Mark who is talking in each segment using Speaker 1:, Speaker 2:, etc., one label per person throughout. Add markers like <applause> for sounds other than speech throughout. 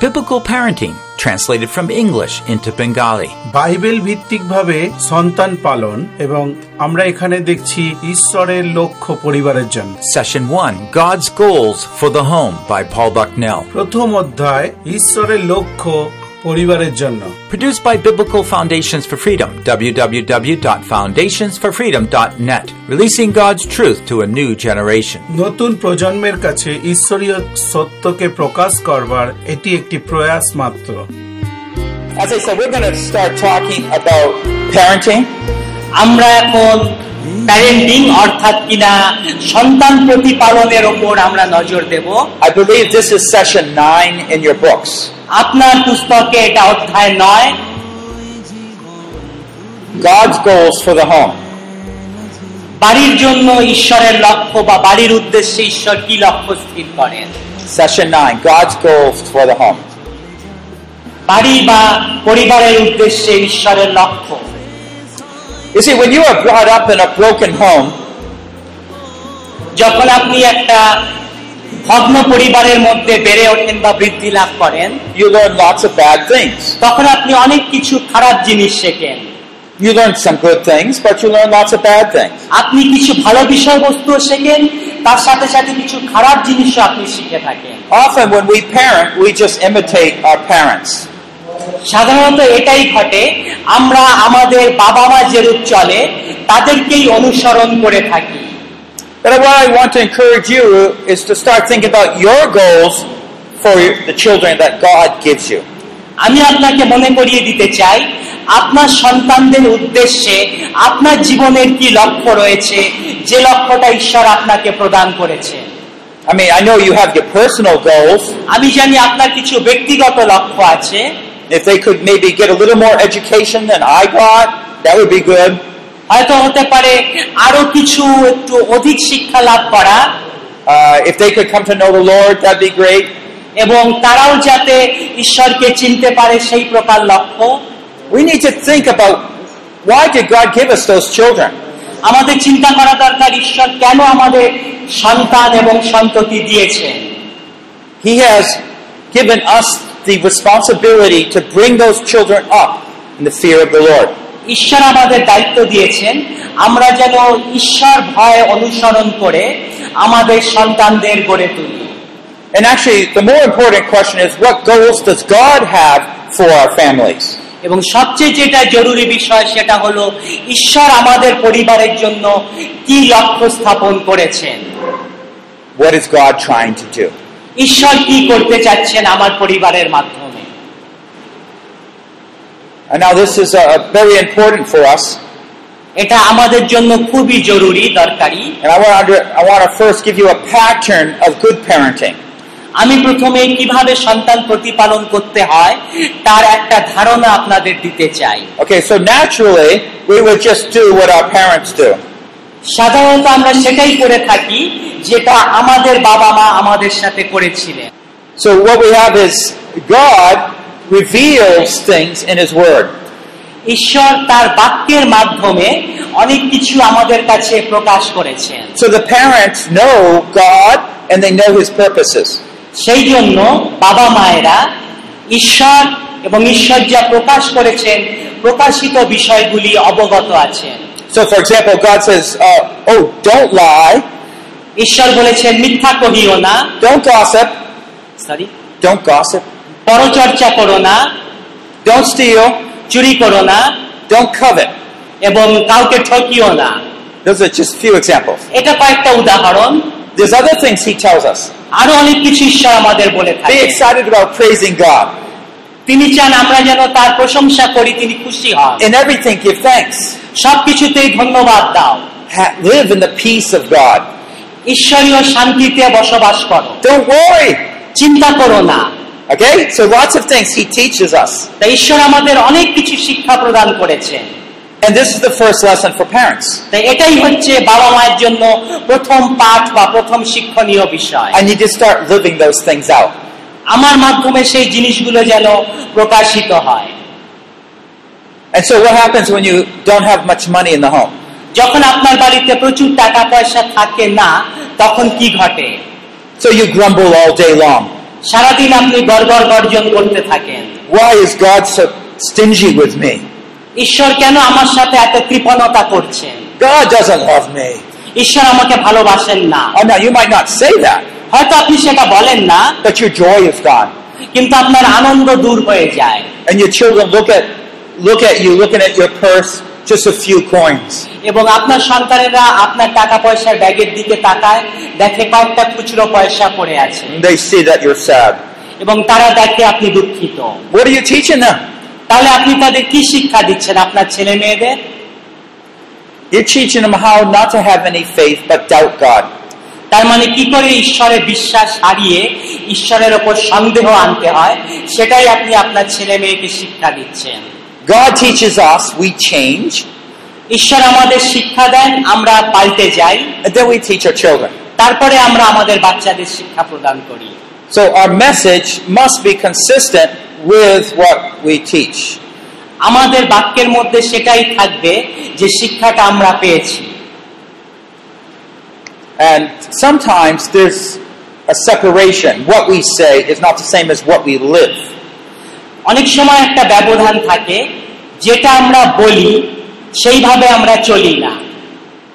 Speaker 1: Biblical Parenting, translated from English into Bengali.
Speaker 2: Bible ভিত্তিকভাবে সন্তান পালন এবং আমরা এখানে দেখছি ঈশ্বরের লক্ষ্য পরিবারের জন্য
Speaker 1: Session 1 God's Goals for the Home by Paul Bucknell.
Speaker 2: প্রথম অধ্যায় ঈশ্বরের লক্ষ্য পরিবারের জন্য
Speaker 1: Produced by Biblical Foundations for Freedom, www.foundationsforfreedom.net, releasing God's truth to a new generation.
Speaker 2: নতুন প্রজন্মের কাছে ঈশ্বরীয় সত্যকে প্রকাশ করবার এটি একটি প্রয়াস মাত্র
Speaker 3: As I said, we're going to start talking about parenting.
Speaker 4: আমরা এখন প্যারেন্টিং অর্থাৎ কিনা সন্তান প্রতিপালনের ওপর আমরা নজর দেব
Speaker 3: I believe this is session nine in your books.
Speaker 4: আপনার পুস্তকে এটা অধ্যায় নয়
Speaker 3: God's goals for the home.
Speaker 4: বাড়ির জন্য ঈশ্বরের লক্ষ্য বা বাড়ির উদ্দেশ্যে ঈশ্বর কি লক্ষ্য স্থির করেন
Speaker 3: Session nine God's goals for the home.
Speaker 4: বাড়ি বা পরিবারের উদ্দেশ্যে ঈশ্বরের লক্ষ্য
Speaker 3: You see, when you are brought up in a broken home,
Speaker 4: যখন আপনি একটা ভগ্ন পরিবারের মধ্যে বেড়ে ওঠেন বা বৃদ্ধি লাভ করেন
Speaker 3: you learn lots of bad things.
Speaker 4: তখন আপনি অনেক কিছু খারাপ জিনিস শেখেন
Speaker 3: You learn some good things, but you learn lots of bad things.
Speaker 4: আপনি কিছু ভালো বিষয়বস্তু শেখেন তার সাথে সাথে কিছু খারাপ জিনিসও আপনি শিখে থাকেন
Speaker 3: Often, when we parent, we just imitate our parents.
Speaker 4: সাধারণত এটাই ঘটে আমরা আমাদের বাবা মা যেরূপ চলে তাদেরকেই অনুসরণ করে থাকি
Speaker 3: But what I want to encourage you is to start thinking about your goals for the children that God gives you.
Speaker 4: আমি আপনাকে মনে করিয়ে দিতে চাই আপনার সন্তানদের উদ্দেশ্যে আপনার জীবনের কি লক্ষ্য রয়েছে যে লক্ষ্যটা ঈশ্বর আপনাকে প্রদান করেছে
Speaker 3: I mean, I know you have your personal goals.
Speaker 4: আমি জানি আপনার কিছু ব্যক্তিগত লক্ষ্য আছে
Speaker 3: If they could maybe get a little more education than I got, that would be good.
Speaker 4: হয়তো হতে পারে আরো কিছু একটু অধিক শিক্ষা লাভ করা
Speaker 3: Uh, if they could come to know the Lord, that'd be great.
Speaker 4: এবং তারাও যাতে ঈশ্বরকে চিনতে পারে সেই প্রকার লক্ষ্য
Speaker 3: We need to think about why did God give us those children?
Speaker 4: আমাদের চিন্তা করা দরকার ঈশ্বর কেন আমাদের সন্তান এবং সন্ততি দিয়েছেন
Speaker 3: He has given us the responsibility to bring those children up in the fear of the Lord.
Speaker 4: ঈশ্বর আমাদের দায়িত্ব দিয়েছেন আমরা যেন ঈশ্বর ভয় অনুসরণ করে আমাদের সন্তানদের গড়ে তুলি
Speaker 3: And actually, the more important question is what goals does God have for our families?
Speaker 4: এবং সবচেয়ে যেটা জরুরি বিষয় সেটা হলো ঈশ্বর আমাদের পরিবারের জন্য কি লক্ষ্য স্থাপন করেছেন
Speaker 3: What is God trying to do?
Speaker 4: ঈশ্বর কি করতে চাচ্ছেন আমার পরিবারের মাধ্যমে
Speaker 3: And now, this is uh, very important for us.
Speaker 4: এটা আমাদের জন্য খুবই জরুরি দরকারি
Speaker 3: And I want, to, I want to first give you a pattern of good parenting.
Speaker 4: আমি প্রথমে কিভাবে সন্তান প্রতিপালন করতে হয় তার একটা ধারণা আপনাদের দিতে চাই
Speaker 3: Okay, so naturally, we would just do what our parents do.
Speaker 4: সাধারণত আমরা সেটাই করে থাকি যেটা আমাদের বাবা মা আমাদের সাথে করেছিলেন
Speaker 3: So, what we have is God reveals things in His Word.
Speaker 4: ঈশ্বর তার বাক্যের মাধ্যমে অনেক কিছু আমাদের কাছে প্রকাশ করেছেন
Speaker 3: So, the parents know God and they know His purposes.
Speaker 4: সেই জন্য বাবা মায়েরা ঈশ্বর এবং ঈশ্বর যা প্রকাশ করেছেন প্রকাশিত বিষয়গুলি অবগত আছেন
Speaker 3: So, for example, God says, uh, Oh, don't lie,
Speaker 4: ঈশ্বর বলেছেন মিথ্যা কহিও না
Speaker 3: don't gossip,
Speaker 4: sorry
Speaker 3: don't gossip,
Speaker 4: পরচর্চা করো না
Speaker 3: don't steal,
Speaker 4: চুরি করো না
Speaker 3: don't covet.
Speaker 4: এবং কাউকে ঠকিও না
Speaker 3: Those are just a few examples.
Speaker 4: এটা কয়েকটা উদাহরণ
Speaker 3: There's other things He tells us.
Speaker 4: আরো অনেক কিছু ঈশ্বর আমাদের বলে
Speaker 3: Be
Speaker 4: থাকে
Speaker 3: excited about praising God.
Speaker 4: তিনি চান আমরা যেন তার প্রশংসা করি তিনি খুশি হন
Speaker 3: In everything, give thanks.
Speaker 4: সবকিছুতেই ধন্যবাদ দাও
Speaker 3: Ha- live in the peace of God.
Speaker 4: ঈশ্বরীয় শান্তিতে বসবাস করো
Speaker 3: Don't worry.
Speaker 4: চিন্তা করো না
Speaker 3: Okay? So lots of things he teaches us.
Speaker 4: তাই ঈশ্বর আমাদের অনেক কিছু শিক্ষা প্রদান করেছেন
Speaker 3: And this is the first lesson for parents.
Speaker 4: তাই এটাই হচ্ছে বাবা মায়ের জন্য প্রথম পাঠ বা প্রথম শিক্ষণীয় বিষয়
Speaker 3: I need to start living those things out.
Speaker 4: আমার মাধ্যমে সেই জিনিসগুলো যেন প্রকাশিত হয়
Speaker 3: And so what happens when you don't have much money in the home?
Speaker 4: যখন আপনার বাড়িতে প্রচুর টাকা পয়সা থাকে না তখন কি ঘটে
Speaker 3: So you grumble all day long.
Speaker 4: সারাদিন আপনি গর্বর গর্জন করতে থাকেন
Speaker 3: Why is God so stingy with me?
Speaker 4: ঈশ্বর কেন আমার সাথে এত কৃপণতা করছেন
Speaker 3: God doesn't love me.
Speaker 4: ঈশ্বর আমাকে ভালোবাসেন না
Speaker 3: Oh, now you might not say that,
Speaker 4: হয়তো আপনি সেটা বলেন না
Speaker 3: but your joy is gone.
Speaker 4: কিন্তু আপনার আনন্দ দূর হয়ে যায়
Speaker 3: And your children look at look at you, looking at your purse, just a few coins.
Speaker 4: এবং আপনার সন্তানেরা আপনার টাকা পয়সার ব্যাগের দিকে তাকায় দেখে কয়েকটা খুচরো পয়সা পড়ে আছে
Speaker 3: And they see that you're sad.
Speaker 4: এবং তারা দেখে আপনি দুঃখিত
Speaker 3: What are you teaching them?
Speaker 4: তাহলে আপনি তাদের কি শিক্ষা দিচ্ছেন আপনার ছেলে মেয়েদের
Speaker 3: You're teaching them how not to have any faith but doubt God.
Speaker 4: তার মানে কি করে ঈশ্বরে বিশ্বাস হারিয়ে ঈশ্বরের ওপর সন্দেহ আনতে হয় সেটাই আপনি আপনার ছেলে মেয়েকে শিক্ষা দিচ্ছেন
Speaker 3: God teaches us, we change,
Speaker 4: ঈশ্বর আমাদের শিক্ষা দেন আমরা পাল্টে যাই
Speaker 3: and then we teach our children.
Speaker 4: তারপরে আমরা আমাদের বাচ্চাদের শিক্ষা প্রদান করি
Speaker 3: So our message must be consistent with what we teach.
Speaker 4: আমাদের বাক্যের মধ্যে সেটাই থাকবে যে শিক্ষাটা আমরা পেয়েছি
Speaker 3: And sometimes there's a separation. What we say is not the same as what we live.
Speaker 4: অনেক সময় একটা ব্যবধান থাকে যেটা আমরা বলি সেইভাবে আমরা চলি না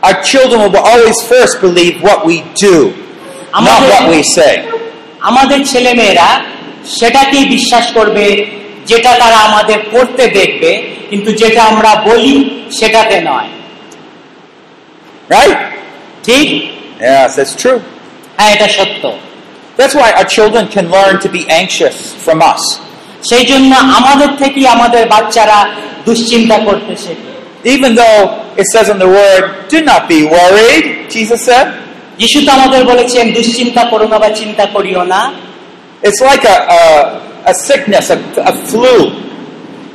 Speaker 3: Our children will always first believe what we do, not
Speaker 4: আমাদের-
Speaker 3: what we say.
Speaker 4: আমাদের ছেলেমেয়েরা সেটাকেই বিশ্বাস করবে যেটা তারা আমাদের করতে দেখবে কিন্তু যেটা আমরা বলি সেটাতে নয়
Speaker 3: Right?
Speaker 4: ঠিক
Speaker 3: Yes, that's true.
Speaker 4: হ্যাঁ এটা সত্য
Speaker 3: That's why our children can learn to be anxious from us.
Speaker 4: সেই জন্য আমাদের থেকেই আমাদের বাচ্চারা দুশ্চিন্তা করতে শেখে
Speaker 3: Even though it says in the Word, do not be worried, Jesus said.
Speaker 4: যিশু তো আমাদের বলেছেন দুশ্চিন্তা করো না বা চিন্তা করিও না
Speaker 3: It's like a, a, a sickness, a, a flu.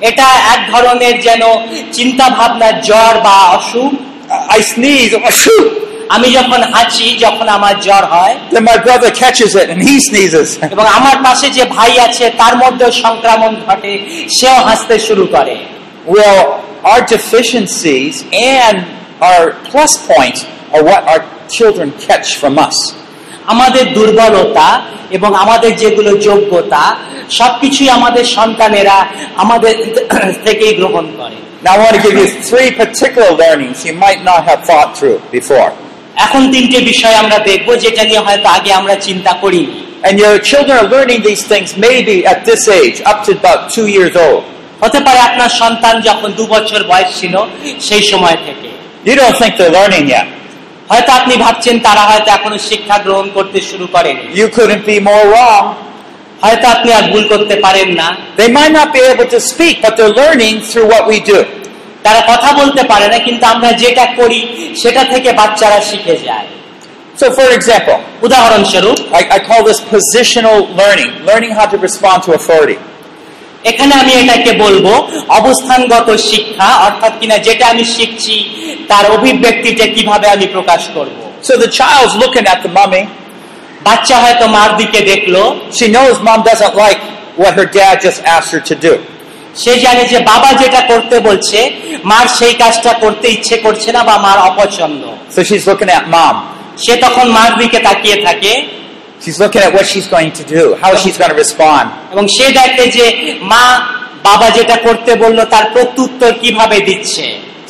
Speaker 4: এটা এক ধরনের যেন চিন্তা ভাবনা জ্বর বা অসুখ
Speaker 3: I sneeze, I'm like, shoot!
Speaker 4: আমি যখন হাঁচি যখন আমার জ্বর হয়
Speaker 3: Then my brother catches it and he sneezes. <laughs>
Speaker 4: এবং আমার পাশে যে ভাই আছে তার মধ্যে সংক্রমণ ঘটে সেও হাসতে শুরু করে
Speaker 3: Well, our deficiencies and our plus points are what our children catch from us.
Speaker 4: আমাদের দুর্বলতা এবং আমাদের যেগুলো যোগ্যতা সবকিছুই আমাদের সন্তানেরা আমাদের থেকেই গ্রহণ করে
Speaker 3: Now, I want to give you three particular learnings you might not have thought through before.
Speaker 4: এখন তিনটে বিষয় আমরা দেখব যেটা নিয়ে হয়তো আগে আমরা চিন্তা করিনি
Speaker 3: And your children are learning these things maybe at this age, up to about two years old.
Speaker 4: হতে পারে আপনার সন্তান যখন দু বছর বয়স ছিল সেই সময় থেকে
Speaker 3: You don't think they're learning yet.
Speaker 4: হয়তো আপনি ভাবছেন তারা হয়তো এখনো শিক্ষা গ্রহণ করতে শুরু করেনি
Speaker 3: You couldn't be more wrong.
Speaker 4: হয়তো আপনি আর ভুল করতে পারেন না
Speaker 3: They might not be able to speak, but they're learning through what we do.
Speaker 4: তারা কথা বলতে পারে না কিন্তু আমরা যেটা করি সেটা থেকে বাচ্চারা শিখে যায়
Speaker 3: So, for example,
Speaker 4: উদাহরণস্বরূপ
Speaker 3: I, I call this positional learning, learning how to respond to authority.
Speaker 4: এখানে আমি এটাকে বলবো অবস্থানগত শিক্ষা অর্থাৎ কিনা যেটা আমি শিখছি তার অভিব্যক্তিটা কিভাবে আমি প্রকাশ করব
Speaker 3: So the child's looking at the mummy.
Speaker 4: বাচ্চা হয়তো মার দিকে দেখলো
Speaker 3: She knows mom doesn't like what her dad just asked her to do.
Speaker 4: সে জানে যে বাবা যেটা করতে বলছে মার সেই কাজটা করতে ইচ্ছে করছে না বা মার অপছন্দ
Speaker 3: So she's looking at mom.
Speaker 4: সে তখন মার দিকে তাকিয়ে থাকে
Speaker 3: She's looking at what she's going to do, how she's going to respond.
Speaker 4: এবং সে দেখে যে মা বাবা যেটা করতে বললো তার প্রত্যুত্তর কিভাবে দিচ্ছে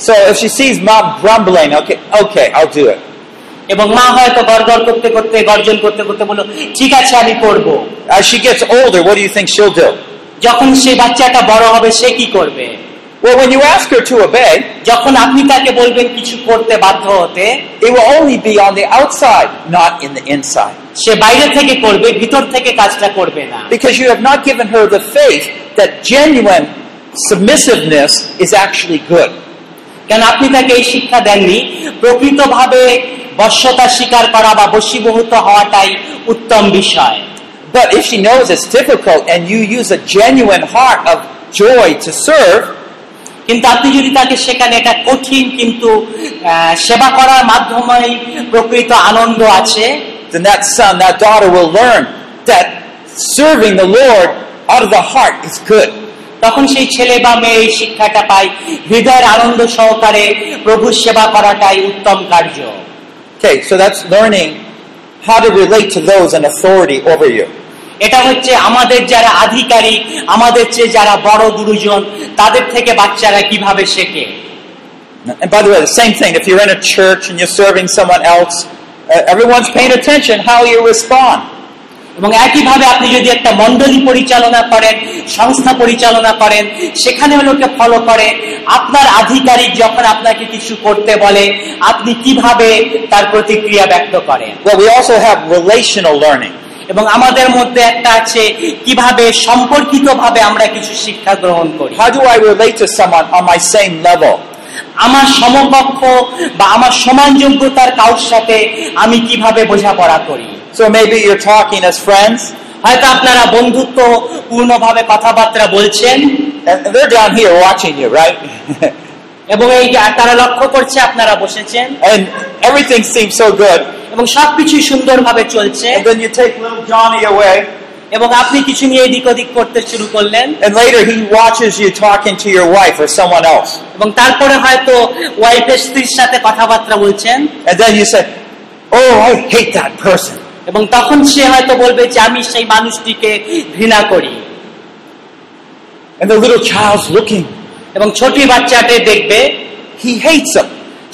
Speaker 3: So if she sees mom grumbling, okay, okay, I'll do it.
Speaker 4: এবং মা হয়তো গড়গড় করতে করতে গর্জন করতে করতে বললো ঠিক আছে আমি করব
Speaker 3: As she gets older, what do you think she'll do?
Speaker 4: যখন সে বাচ্চাটা বড় হবে সে কি করবে
Speaker 3: Well, when you ask her to obey,
Speaker 4: যখন আপনি তাকে বলবেন কিছু করতে বাধ্য হতে
Speaker 3: it will only be on the outside, not in the inside.
Speaker 4: সে বাইরে থেকে করবে ভিতর থেকে কাজটা করবে না
Speaker 3: Because you have not given her the faith that genuine submissiveness is actually good.
Speaker 4: কেন আপনি তাকে এই শিক্ষা দেননি প্রকৃতভাবে বশ্যতা স্বীকার করা বা বশীভূত হওয়াটাই উত্তম বিষয়
Speaker 3: But if she knows it's difficult and you use a genuine heart of joy to serve,
Speaker 4: কিন্তু আপনি যদি তাকে সেখানে এটা কঠিন কিন্তু আহ, সেবা করার মাধ্যমে প্রকৃত আনন্দ আছে
Speaker 3: then that son, that daughter will learn that serving the Lord out of the heart is good.
Speaker 4: তখন সেই ছেলে বা মেয়ে এই শিক্ষাটা পায় হৃদয়ের আনন্দ সহকারে প্রভুর সেবা করাটাই উত্তম কার্য
Speaker 3: Okay, so that's learning how to relate to those in authority over you.
Speaker 4: এটা হচ্ছে আমাদের যারা আধিকারিক আমাদের চেয়ে যারা বড় গুরুজন তাদের থেকে বাচ্চারা কিভাবে শেখে
Speaker 3: And by the way, the same thing, if you're in a church and you're serving someone else, uh, everyone's paying attention how you respond.
Speaker 4: এবং একইভাবে আপনি যদি একটা মণ্ডলী পরিচালনা করেন সংস্থা পরিচালনা করেন সেখানে লোকে ফলো করে আপনার আধিকারিক যখন আপনাকে কিছু করতে বলে আপনি কিভাবে তার প্রতিক্রিয়া ব্যক্ত করেন
Speaker 3: Well, we also have relational learning.
Speaker 4: এবং আমাদের মধ্যে একটা আছে কিভাবে সম্পর্কিতভাবে আমরা কিছু শিক্ষা গ্রহণ করি
Speaker 3: How do I relate to someone on my same level?
Speaker 4: আমার সমকক্ষ বা আমার সমান যোগ্যতার কারোর সাথে আমি কিভাবে বোঝাপড়া করি
Speaker 3: So maybe you're talking as friends,
Speaker 4: হয়তো আপনারা বন্ধুত্ব পূর্ণভাবে কথাবার্তা বলছেন
Speaker 3: and they're down here watching you, right? <laughs>
Speaker 4: এবং এই যে তারা লক্ষ্য করছে আপনারা বসেছেন
Speaker 3: and everything seems so good.
Speaker 4: এবং সবকিছুই সুন্দরভাবে চলছে
Speaker 3: And then you take little Johnny away,
Speaker 4: এবং আপনি কিছু নিয়ে এদিক ওদিক করতে শুরু করলেন
Speaker 3: and later he watches you talking to your wife or someone else.
Speaker 4: এবং তারপরে হয়তো ওয়াইফের স্ত্রীর সাথে কথাবার্তা বলছেন
Speaker 3: And then you say, Oh, I hate that person.
Speaker 4: এবং তখন সে হয়তো বলবে যে আমি সেই মানুষটিকে ঘৃণা করি
Speaker 3: And the little child's looking.
Speaker 4: এবং ছোট বাচ্চাটি দেখবে
Speaker 3: He hates him,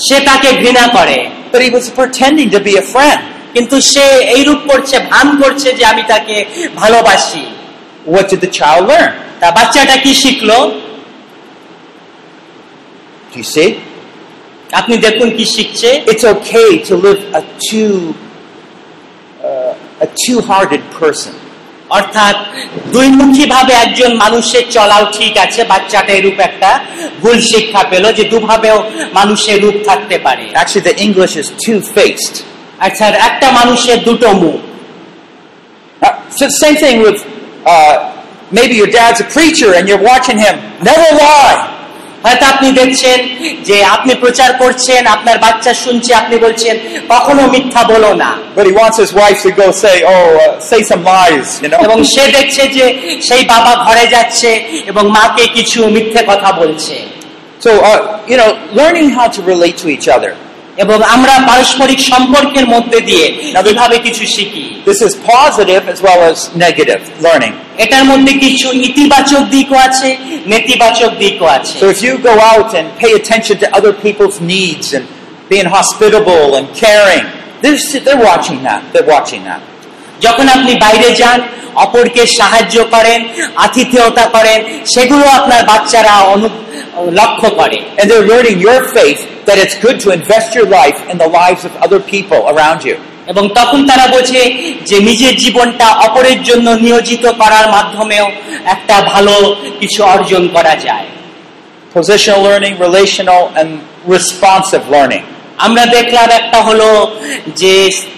Speaker 4: সে তাকে ঘৃণা করে
Speaker 3: but he was pretending to be a friend.
Speaker 4: কিন্তু সে এইরূপ করছে ভান করছে যে আমি তাকে ভালোবাসি
Speaker 3: What did the child learn?
Speaker 4: তা বাচ্চাটা কি শিখলো
Speaker 3: Do you see?
Speaker 4: আপনি দেখুন কি শিখছে
Speaker 3: It's okay to live a two uh, a two-hearted person.
Speaker 4: অর্থাৎ দুইমুখী ভাবে একজন মানুষের চলাও ঠিক আছে বাচ্চাটা এরূপ একটা ভুল শিক্ষা পেল যে দুভাবেও মানুষের রূপ থাকতে পারে
Speaker 3: Actually, the English is two-faced.
Speaker 4: আচ্ছা একটা মানুষের দুটো মুখ
Speaker 3: Uh, so same thing with uh, maybe your dad's a preacher and you're watching him never lie.
Speaker 4: হয়তো আপনি দেখছেন যে আপনি প্রচার করছেন আপনার বাচ্চা শুনছে আপনি বলছেন কখনো মিথ্যা বলো না
Speaker 3: But he wants his wife to go say, "Oh, uh, say some lies," you know.
Speaker 4: এবং সে দেখছে যে সেই বাবা ঘরে যাচ্ছে এবং মাকে কিছু মিথ্যে কথা বলছে
Speaker 3: So uh, you know, learning how to relate to each other.
Speaker 4: এবং আমরা পারস্পরিক সম্পর্কের মধ্যে দিয়ে কিভাবে কিছু শিখি
Speaker 3: This is positive as well as negative learning.
Speaker 4: এটার মধ্যে কিছু ইতিবাচক দিকও আছে নেতিবাচক দিকও আছে
Speaker 3: So if you go out and pay attention to other people's needs and being hospitable and caring, they're, they're watching that. They're watching that.
Speaker 4: যখন আপনি বাইরে যান অপরকে সাহায্য করেন আতিথেয়তা করেন সেগুলো আপনার বাচ্চারা অনু লক্ষ্য করে
Speaker 3: And they're learning your faith that it's good to invest your life in the lives of other people around you.
Speaker 4: এবং তখন তারা বোঝে যে নিজের জীবনটা অপরের জন্য নিয়োজিত করার মাধ্যমেও একটা ভালো কিছু অর্জন করা যায়
Speaker 3: Positional learning, relational, and responsive learning.
Speaker 4: আমরা দেখলাম একটা হলো যে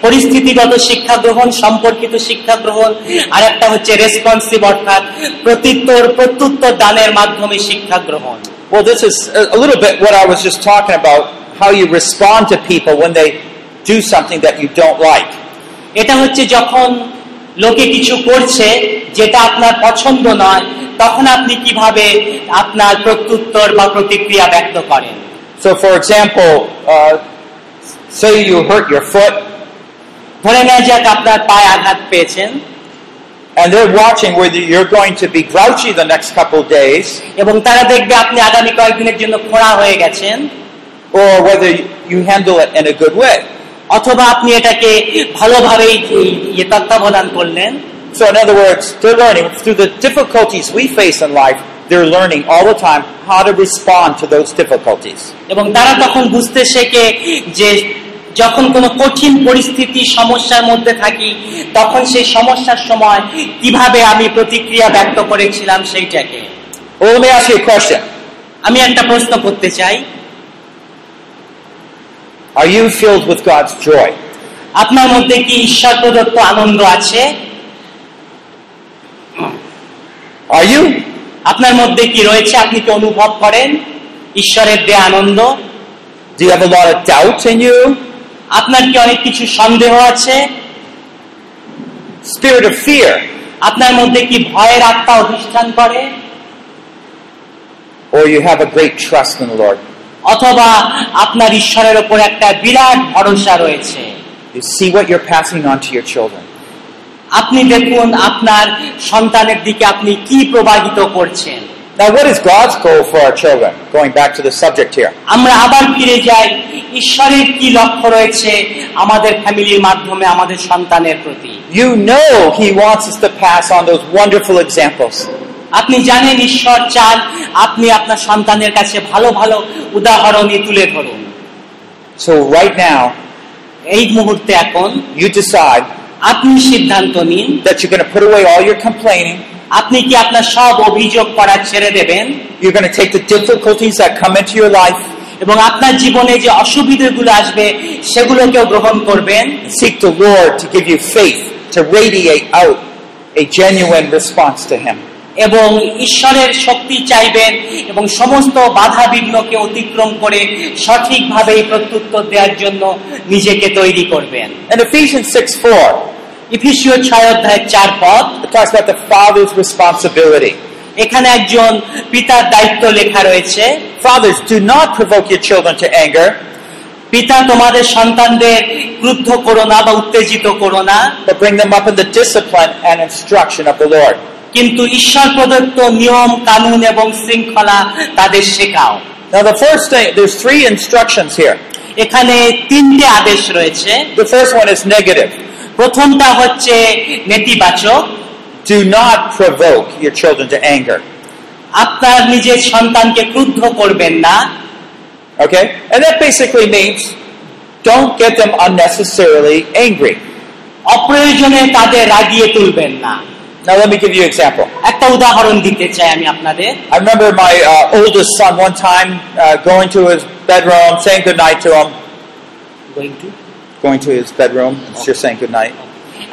Speaker 4: পরিস্থিতিগত শিক্ষা গ্রহণ সম্পর্কিত শিক্ষা গ্রহণ আর একটা হচ্ছে রেসপন্সিভ অর্থাৎ প্রত্যুত্তর প্রত্যুত্তর দানের মাধ্যমে শিক্ষা গ্রহণ
Speaker 3: Well, this is a a little bit what I was just talking about how you respond to people when they do something that you don't like.
Speaker 4: এটা হচ্ছে যখন লোকে কিছু করছে যেটা আপনার পছন্দ নয় তখন আপনি কিভাবে আপনার প্রত্যুত্তর বা প্রতিক্রিয়া ব্যক্ত করেন
Speaker 3: So, for example, uh, say you hurt your foot,
Speaker 4: ধরে নেওয়া যাক আপনার পায়ে আঘাত পেয়েছেন
Speaker 3: and they're watching whether you're going to be grouchy the next couple of days
Speaker 4: এবং তারা দেখবে আপনি আগামী কয়েকদিনের জন্য খোঁড়া হয়ে গেছেন
Speaker 3: or whether you handle it in a good way.
Speaker 4: অথবা আপনি এটাকে ভালোভাবেই ই- ইয়ে তত্ত্বাবধান করলেন
Speaker 3: So, in other words, they're learning through the difficulties we face in life, they're learning all the time how to respond to those difficulties.
Speaker 4: এবং তারা তখন বুঝতে শেখে যে যখন কোনো কঠিন পরিস্থিতি সমস্যার মধ্যে থাকি তখন সেই সমস্যার সময় কিভাবে আমি প্রতিক্রিয়া ব্যক্ত করেছিলাম সেইটাকে
Speaker 3: Well, let me ask you a question.
Speaker 4: আমি একটা প্রশ্ন করতে চাই
Speaker 3: Are you filled with God's joy?
Speaker 4: আপনার মধ্যে কি ঈশ্বর প্রদত্ত আনন্দ আছে
Speaker 3: Are you?
Speaker 4: আপনার মধ্যে কি রয়েছে আপনি কি অনুভব করেন ঈশ্বরের দেয়া আনন্দ
Speaker 3: Do you have a lot of doubt in you?
Speaker 4: আপনার কি অনেক কিছু সন্দেহ আছে
Speaker 3: Spirit of fear?
Speaker 4: আপনার মধ্যে কি ভয়ের আত্মা অধিষ্ঠান করে
Speaker 3: Or you have a great trust in the Lord?
Speaker 4: অথবা আপনার ঈশ্বরের ওপর একটা বিরাট ভরসা রয়েছে
Speaker 3: You see what you're passing on to your children.
Speaker 4: আপনি দেখুন আপনার সন্তানের দিকে আপনি কি প্রবাহিত করছেন
Speaker 3: Now, what is God's goal for our children? Going back to the subject here.
Speaker 4: আমরা আবার ফিরে যাই ঈশ্বরের কি লক্ষ্য রয়েছে আমাদের ফ্যামিলির মাধ্যমে আমাদের সন্তানের প্রতি
Speaker 3: You know He wants us to pass on those wonderful examples.
Speaker 4: আপনি জানেন ঈশ্বর চান আপনি আপনার সন্তানের কাছে ভালো ভালো উদাহরণই তুলে ধরুন
Speaker 3: So, right now,
Speaker 4: এই মুহূর্তে এখন
Speaker 3: you decide
Speaker 4: আপনি সিদ্ধান্ত নিন
Speaker 3: that you're going to put away all your complaining.
Speaker 4: আপনি কি আপনার সব অভিযোগ করা ছেড়ে দেবেন
Speaker 3: You're going to take the difficulties that come into your life,
Speaker 4: এবং আপনার জীবনে যে অসুবিধাগুলো আসবে সেগুলোকেও গ্রহণ করবেন
Speaker 3: seek the Lord to give you faith to radiate out a genuine response to Him.
Speaker 4: এবং ঈশ্বরের শক্তি চাইবেন এবং সমস্ত বাধা বিঘ্নকে অতিক্রম করে সঠিকভাবে এই প্রত্যুত্তর দেওয়ার জন্য নিজেকে তৈরি করবেন
Speaker 3: And Ephesians 6 4,
Speaker 4: ইফিসীয় ছয় অধ্যায়ের চার পদ
Speaker 3: it talks about the father's responsibility.
Speaker 4: এখানে একজন পিতার দায়িত্ব লেখা রয়েছে
Speaker 3: Fathers, do not provoke your children to anger,
Speaker 4: পিতা তোমাদের সন্তানদের ক্রুদ্ধ করো না বা উত্তেজিত করো না
Speaker 3: but bring them up in the discipline and instruction of the Lord.
Speaker 4: কিন্তু ঈশ্বর প্রদত্ত নিয়ম কানুন এবং শৃঙ্খলা তাদের শেখাও
Speaker 3: Now, the first thing, there's three instructions here.
Speaker 4: এখানে তিনটে আদেশ রয়েছে
Speaker 3: The first one is negative.
Speaker 4: প্রথমটা হচ্ছে নেতিবাচক
Speaker 3: Do not provoke your children to anger.
Speaker 4: আপনার নিজের সন্তানকে ক্রুদ্ধ করবেন না
Speaker 3: Okay? And that basically means don't get them unnecessarily angry.
Speaker 4: অপ্রয়োজনে তাদের রাগিয়ে তুলবেন না
Speaker 3: Now, let me give you an example.
Speaker 4: একটা উদাহরণ দিতে চাই আমি আপনাদের
Speaker 3: I remember my uh, oldest son one time uh, going to his bedroom, saying goodnight to him, going to his bedroom and just saying goodnight.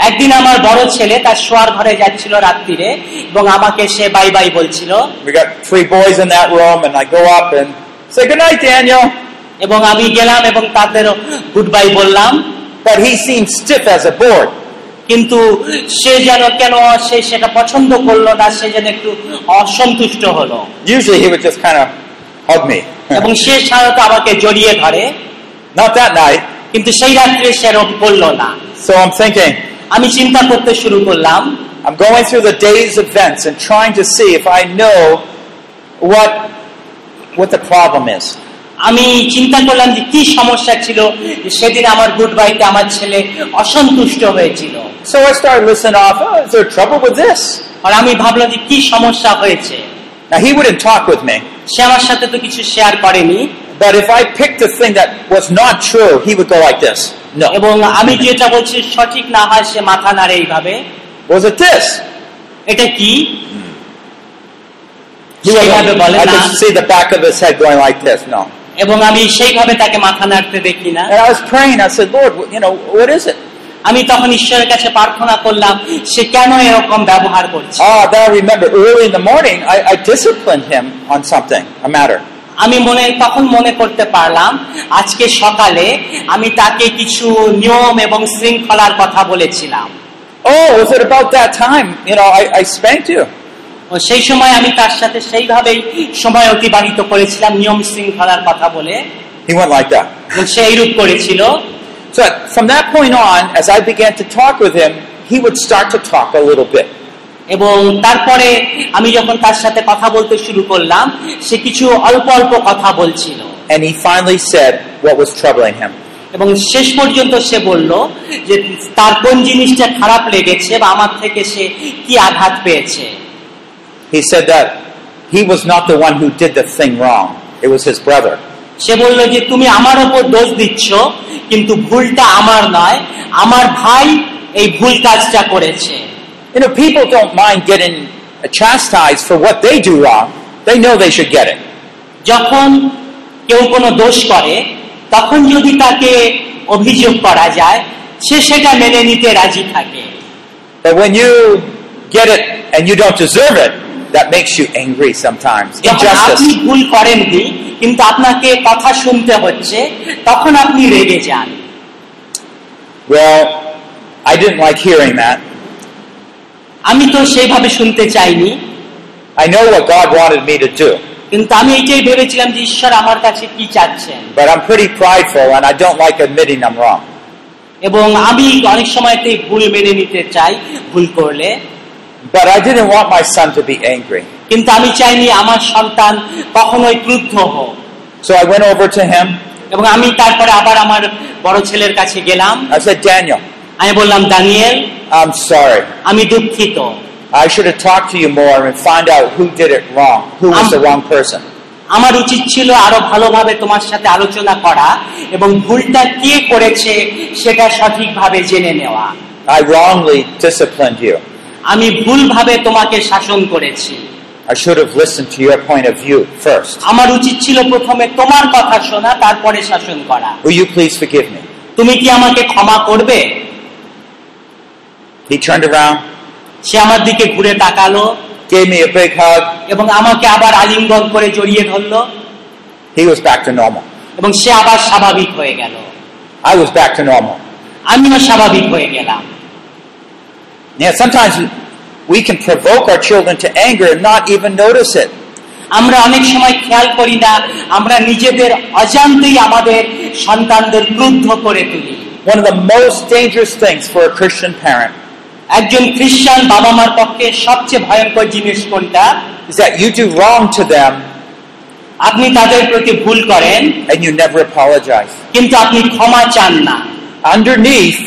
Speaker 4: একদিন আমার বড় ছেলে তার শোয়ার ঘরে যাচ্ছিল রাত্রিরে এবং আমাকে সে বাই বাই বলছিল
Speaker 3: We got three boys in that room, and I go up and say goodnight, Daniel.
Speaker 4: "হ্যাঁ?" এবং আমি গেলাম এবং তাদের গুড বাই বললাম
Speaker 3: But he seemed stiff as a board.
Speaker 4: কিন্তু সে যেন কেন সে সেটা পছন্দ করলো না সে যেন একটু অসন্তুষ্ট হলো
Speaker 3: Usually he would just kind of hug me. <laughs>
Speaker 4: এবং সে সাধারণত আমাকে জড়িয়ে ধরে
Speaker 3: Not that night.
Speaker 4: কিন্তু সেই রাত্রে সে এরম করলো না
Speaker 3: So I'm thinking,
Speaker 4: আমি চিন্তা করতে শুরু করলাম
Speaker 3: I'm going through the day's events and trying to see if I know what what the problem is.
Speaker 4: আমি চিন্তা করলাম যে কি সমস্যা ছিল যে সেদিন আমার গুড বাইতে আমার ছেলে অসন্তুষ্ট হয়েছিল
Speaker 3: So I started listening off. Oh, is there trouble with this?
Speaker 4: আর আমি ভাবলাম যে কি সমস্যা হয়েছে
Speaker 3: Now he wouldn't talk with me,
Speaker 4: সে আমার সাথে তো কিছু শেয়ার করেনি
Speaker 3: but if I picked a thing that was not true, he would go like this. No.
Speaker 4: এবং আমি যেটা বলছি সঠিক না হয় সে মাথা নাড়ে এইভাবে
Speaker 3: Was it this?
Speaker 4: এটা কি
Speaker 3: He would-
Speaker 4: সেইভাবে বলে
Speaker 3: I
Speaker 4: না
Speaker 3: could see the back of his head going like this. No.
Speaker 4: এবং আমি সেইভাবে তাকে মাথা নাড়তে দেখি না
Speaker 3: And I was praying. I said, Lord, you know, what is it?
Speaker 4: আমি তখন ঈশ্বরের কাছে প্রার্থনা করলাম সে কেন এরকম ব্যবহার করছে
Speaker 3: Ah, then I remember early in the morning, I, I disciplined him on something, a matter.
Speaker 4: আমি মনে তখন মনে করতে পারলাম আজকে সকালে আমি তাকে কিছু নিয়ম এবং শৃঙ্খলার কথা বলেছিলাম
Speaker 3: Oh, was it about that time? You know, I, I spanked you.
Speaker 4: ও সেই সময় আমি তার সাথে সেইভাবেই সময় অতিবাহিত করেছিলাম নিয়ম শৃঙ্খলার কথা বলে
Speaker 3: He went like that.
Speaker 4: এবং সে এইরূপ করেছিল
Speaker 3: So from that point on, as I began to talk with him, he would start to talk a little bit.
Speaker 4: এবং তারপরে আমি যখন তার সাথে কথা বলতে শুরু করলাম সে কিছু অল্প অল্প কথা বলছিল
Speaker 3: And he finally said what was troubling him.
Speaker 4: এবং শেষ পর্যন্ত সে বলল যে তার কোন জিনিসটা খারাপ লেগেছে বা আমার থেকে সে কি আঘাত পেয়েছে
Speaker 3: He said that he was not the one who did the thing wrong, it was his brother.
Speaker 4: সে বলল যে তুমি আমার ওপর দোষ দিচ্ছ কিন্তু ভুলটা আমার নয় আমার ভাই এই ভুল কাজটা করেছে
Speaker 3: You know, people don't mind getting chastised for what they do wrong, they know they should get it.
Speaker 4: যখন কেউ কোনো দোষ করে তখন যদি তাকে অভিযোগ করা যায় সে সেটা মেনে নিতে রাজি থাকে
Speaker 3: But when you get it and you don't deserve it, that makes you angry sometimes.
Speaker 4: যখন আপনি
Speaker 3: Injustice.
Speaker 4: ভুল করেননি কিন্তু আপনাকে কথা শুনতে হচ্ছে তখন আপনি রেগে যান
Speaker 3: Well, I didn't like hearing that.
Speaker 4: আমি তো সেইভাবে শুনতে চাইনি
Speaker 3: I know what God wanted me to do,
Speaker 4: কিন্তু আমি এটাই ভেবেছিলাম যে ঈশ্বর আমার কাছে কি চাচ্ছেন
Speaker 3: but I'm pretty prideful and I don't like admitting I'm wrong.
Speaker 4: এবং আমি অনেক সময়তে ভুল মেনে নিতে চাই ভুল করলে
Speaker 3: But I didn't want my son to be angry.
Speaker 4: কিন্তু আমি চাইনি আমার সন্তান কখনোই ক্রুদ্ধ হোক
Speaker 3: So I went over to him.
Speaker 4: এবং আমি তারপরে আবার আমার বড় ছেলের কাছে গেলাম
Speaker 3: I said, Daniel,
Speaker 4: আমি বললাম দানিয়েল
Speaker 3: I'm sorry.
Speaker 4: আমি দুঃখিত
Speaker 3: I should have talked to you more and found out who did it wrong, who was the wrong person.
Speaker 4: আমার উচিত ছিল আরো ভালোভাবে তোমার সাথে আলোচনা করা এবং ভুলটা কে করেছে সেটা সঠিকভাবে জেনে নেওয়া
Speaker 3: I wrongly disciplined you.
Speaker 4: আমি ভুলভাবে তোমাকে শাসন করেছি
Speaker 3: I should have listened to your point of view first.
Speaker 4: আমার উচিত ছিল প্রথমে তোমার কথা শোনা তারপরে শাসন করা
Speaker 3: Will you please forgive me?
Speaker 4: তুমি কি আমাকে ক্ষমা করবে
Speaker 3: He turned around,
Speaker 4: সে আমার দিকে ঘুরে তাকালো
Speaker 3: gave me a big hug.
Speaker 4: এবং আমাকে আবার আলিঙ্গন করে জড়িয়ে ধরলো
Speaker 3: He was back to normal.
Speaker 4: এবং সে আবার স্বাভাবিক হয়ে গেল
Speaker 3: I was back to normal.
Speaker 4: আমিও স্বাভাবিক হয়ে গেলাম
Speaker 3: Yeah, sometimes we can provoke our children to anger and not even notice it.
Speaker 4: আমরা অনেক সময় খেয়াল করি না আমরা নিজেদের অজান্তেই আমাদের সন্তানদের ক্রুদ্ধ করে তুলি
Speaker 3: One of the most dangerous things for a Christian parent
Speaker 4: একজন খ্রিস্টান বাবা মার পক্ষে সবচেয়ে ভয়ঙ্কর জিনিস কোনটা
Speaker 3: is that you do wrong to them
Speaker 4: আপনি তাদের প্রতি ভুল করেন
Speaker 3: and you never apologize.
Speaker 4: কিন্তু আপনি ক্ষমা চান না
Speaker 3: Underneath,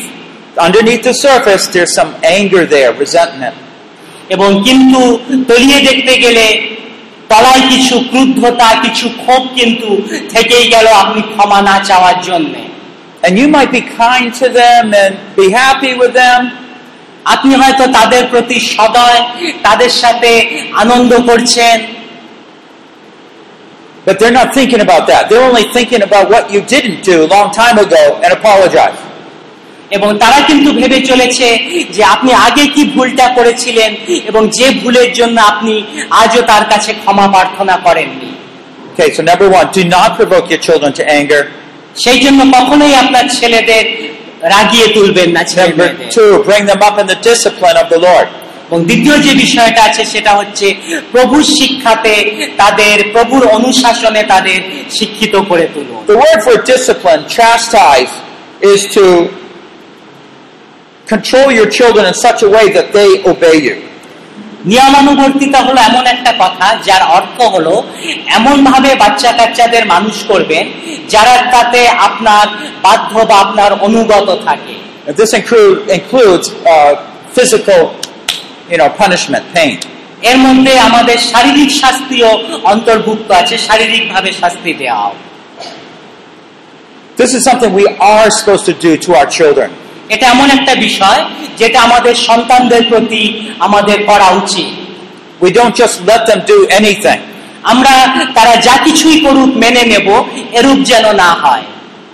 Speaker 3: underneath the surface, there's some anger there, resentment.
Speaker 4: এবং কিন্তু তলিয়ে দেখতে গেলে তলায় কিছু ক্রুদ্ধতা কিছু ক্ষোভ কিন্তু থেকেই গেল আপনি ক্ষমা না চাওয়ার জন্যে
Speaker 3: And you might be kind to them and be happy with them,
Speaker 4: আপনি হয়তো তাদের প্রতি সদয় তাদের সাথে আনন্দ করছেন
Speaker 3: but they're not thinking about that. They're only thinking about what you didn't do a long time ago and apologize.
Speaker 4: এবং তারা কিন্তু ভেবে চলেছে যে আপনি আগে কি ভুলটা করেছিলেন এবং যে ভুলের জন্য আপনি আজও তার কাছে ক্ষমা প্রার্থনা করেননি
Speaker 3: Okay, so number one, do not provoke your children to anger.
Speaker 4: সেই জন্য কখনোই আপনার ছেলেদের রাগিয়ে তুলবেন না ছেলে
Speaker 3: Number two, bring them up in the discipline of the Lord.
Speaker 4: এবং দ্বিতীয় যে বিষয়টা আছে সেটা হচ্ছে প্রভুর শিক্ষাতে তাদের প্রভুর অনুশাসনে তাদের শিক্ষিত করে তুলুন
Speaker 3: The word for discipline, chastise, is to control your children in such a way that they obey you.
Speaker 4: নিয়মানুবর্তিতা হলো এমন একটা কথা যার অর্থ হলো এমন ভাবে বাচ্চা কাচ্চাদের মানুষ করবেন যারা তাতে আপনার বাধ্য বা আপনার অনুগত থাকে
Speaker 3: And this include, includes uh, physical, you know, punishment, pain.
Speaker 4: এর মধ্যে আমাদের শারীরিক শাস্তিও অন্তর্ভুক্ত আছে শারীরিকভাবে শাস্তি দেওয়া
Speaker 3: This is something we are supposed to do to our children.
Speaker 4: এটা এমন একটা বিষয় যেটা আমাদের সন্তানদের প্রতি আমাদের করা উচিত
Speaker 3: We don't just let them do anything.
Speaker 4: আমরা তারা যা কিছুই করুক মেনে নেব এরূপ যেন না হয়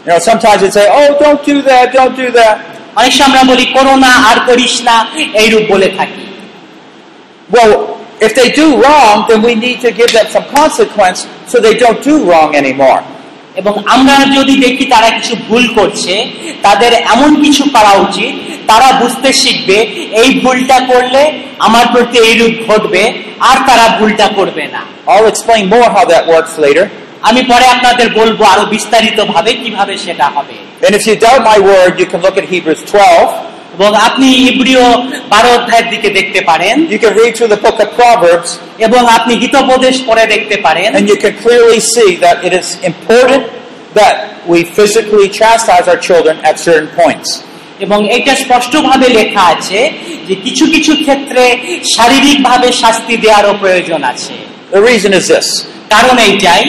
Speaker 3: You know, sometimes they say, "Oh, don't do that, don't do that."
Speaker 4: অনেক সময় আমরা বলি করো না আর করিস না এইরূপ বলে থাকি
Speaker 3: Well, if they do wrong, then we need to give them some consequence so they don't do wrong anymore.
Speaker 4: এবং আমরা যদি দেখি তারা কিছু ভুল করছে তাদের এমন কিছু করা উচিত তারা বুঝতে শিখবে এই ভুলটা করলে আমার প্রতি এইরূপ ঘটবে আর তারা ভুলটা করবে না
Speaker 3: I'll explain more how that works later.
Speaker 4: আমি পরে আপনাদের বলবো আরো বিস্তারিত ভাবে কিভাবে সেটা হবে
Speaker 3: And if you doubt my word, you can look at Hebrews 12.
Speaker 4: এবং আপনি ইব্রিয় বারো অধ্যায়ের দিকে দেখতে পারেন
Speaker 3: You can read through the book of Proverbs
Speaker 4: এবং আপনি হিতোপদেশ পরে দেখতে পারেন
Speaker 3: And you can clearly see that it is important that we physically chastise our children at certain points.
Speaker 4: এবং এটা স্পষ্টভাবে লেখা আছে যে কিছু কিছু ক্ষেত্রে শারীরিকভাবে শাস্তি দেওয়ারও প্রয়োজন আছে
Speaker 3: The reason is this
Speaker 4: কারণ এইটাই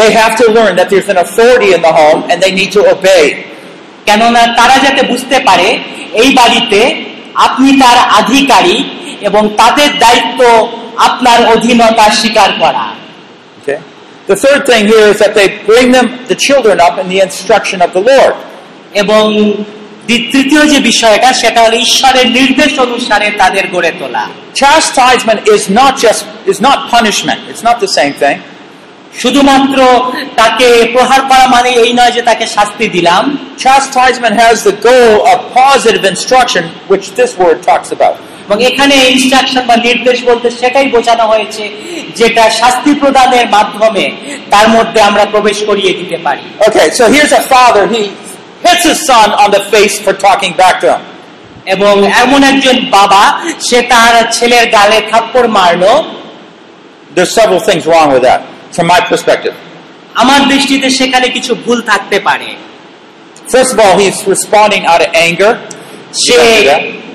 Speaker 3: they have to learn that there's an authority in the home and they need to obey.
Speaker 4: কেননা তারা যাতে বুঝতে পারে এই বাড়িতে আপনি তার আধিকারিক এবং তাদের দায়িত্ব আপনার অধীনতা স্বীকার করা
Speaker 3: Okay? The third thing here is that they bring them, the children up in the instruction of the Lord.
Speaker 4: এবং দ্বি- তৃতীয় যে বিষয়টা সেটা হলো ঈশ্বরের নির্দেশ অনুসারে তাদের গড়ে তোলা
Speaker 3: Chastisement is not just is not punishment. It's not the same thing.
Speaker 4: শুধুমাত্র তাকে প্রহার করা মানে এই নয় যে তাকে শাস্তি দিলাম
Speaker 3: Chastisement has the goal of positive instruction, which this word talks about.
Speaker 4: এবং এখানে ইনস্ট্রাকশন বা নির্দেশ বলতে সেটাই বোঝানো হয়েছে যেটা শাস্তি প্রদানের মাধ্যমে তার মধ্যে আমরা প্রবেশ করিয়ে দিতে পারি
Speaker 3: Okay, so here's a father. He hits his son on the face for talking back to him.
Speaker 4: এবং এমন একজন বাবা সে তার ছেলের গালে থাপ্পড় মারলো
Speaker 3: There's several things wrong with that, from my perspective.
Speaker 4: আমার দৃষ্টিতে সেখানে কিছু ভুল থাকতে পারে
Speaker 3: First of all, he's responding out of anger.
Speaker 4: সে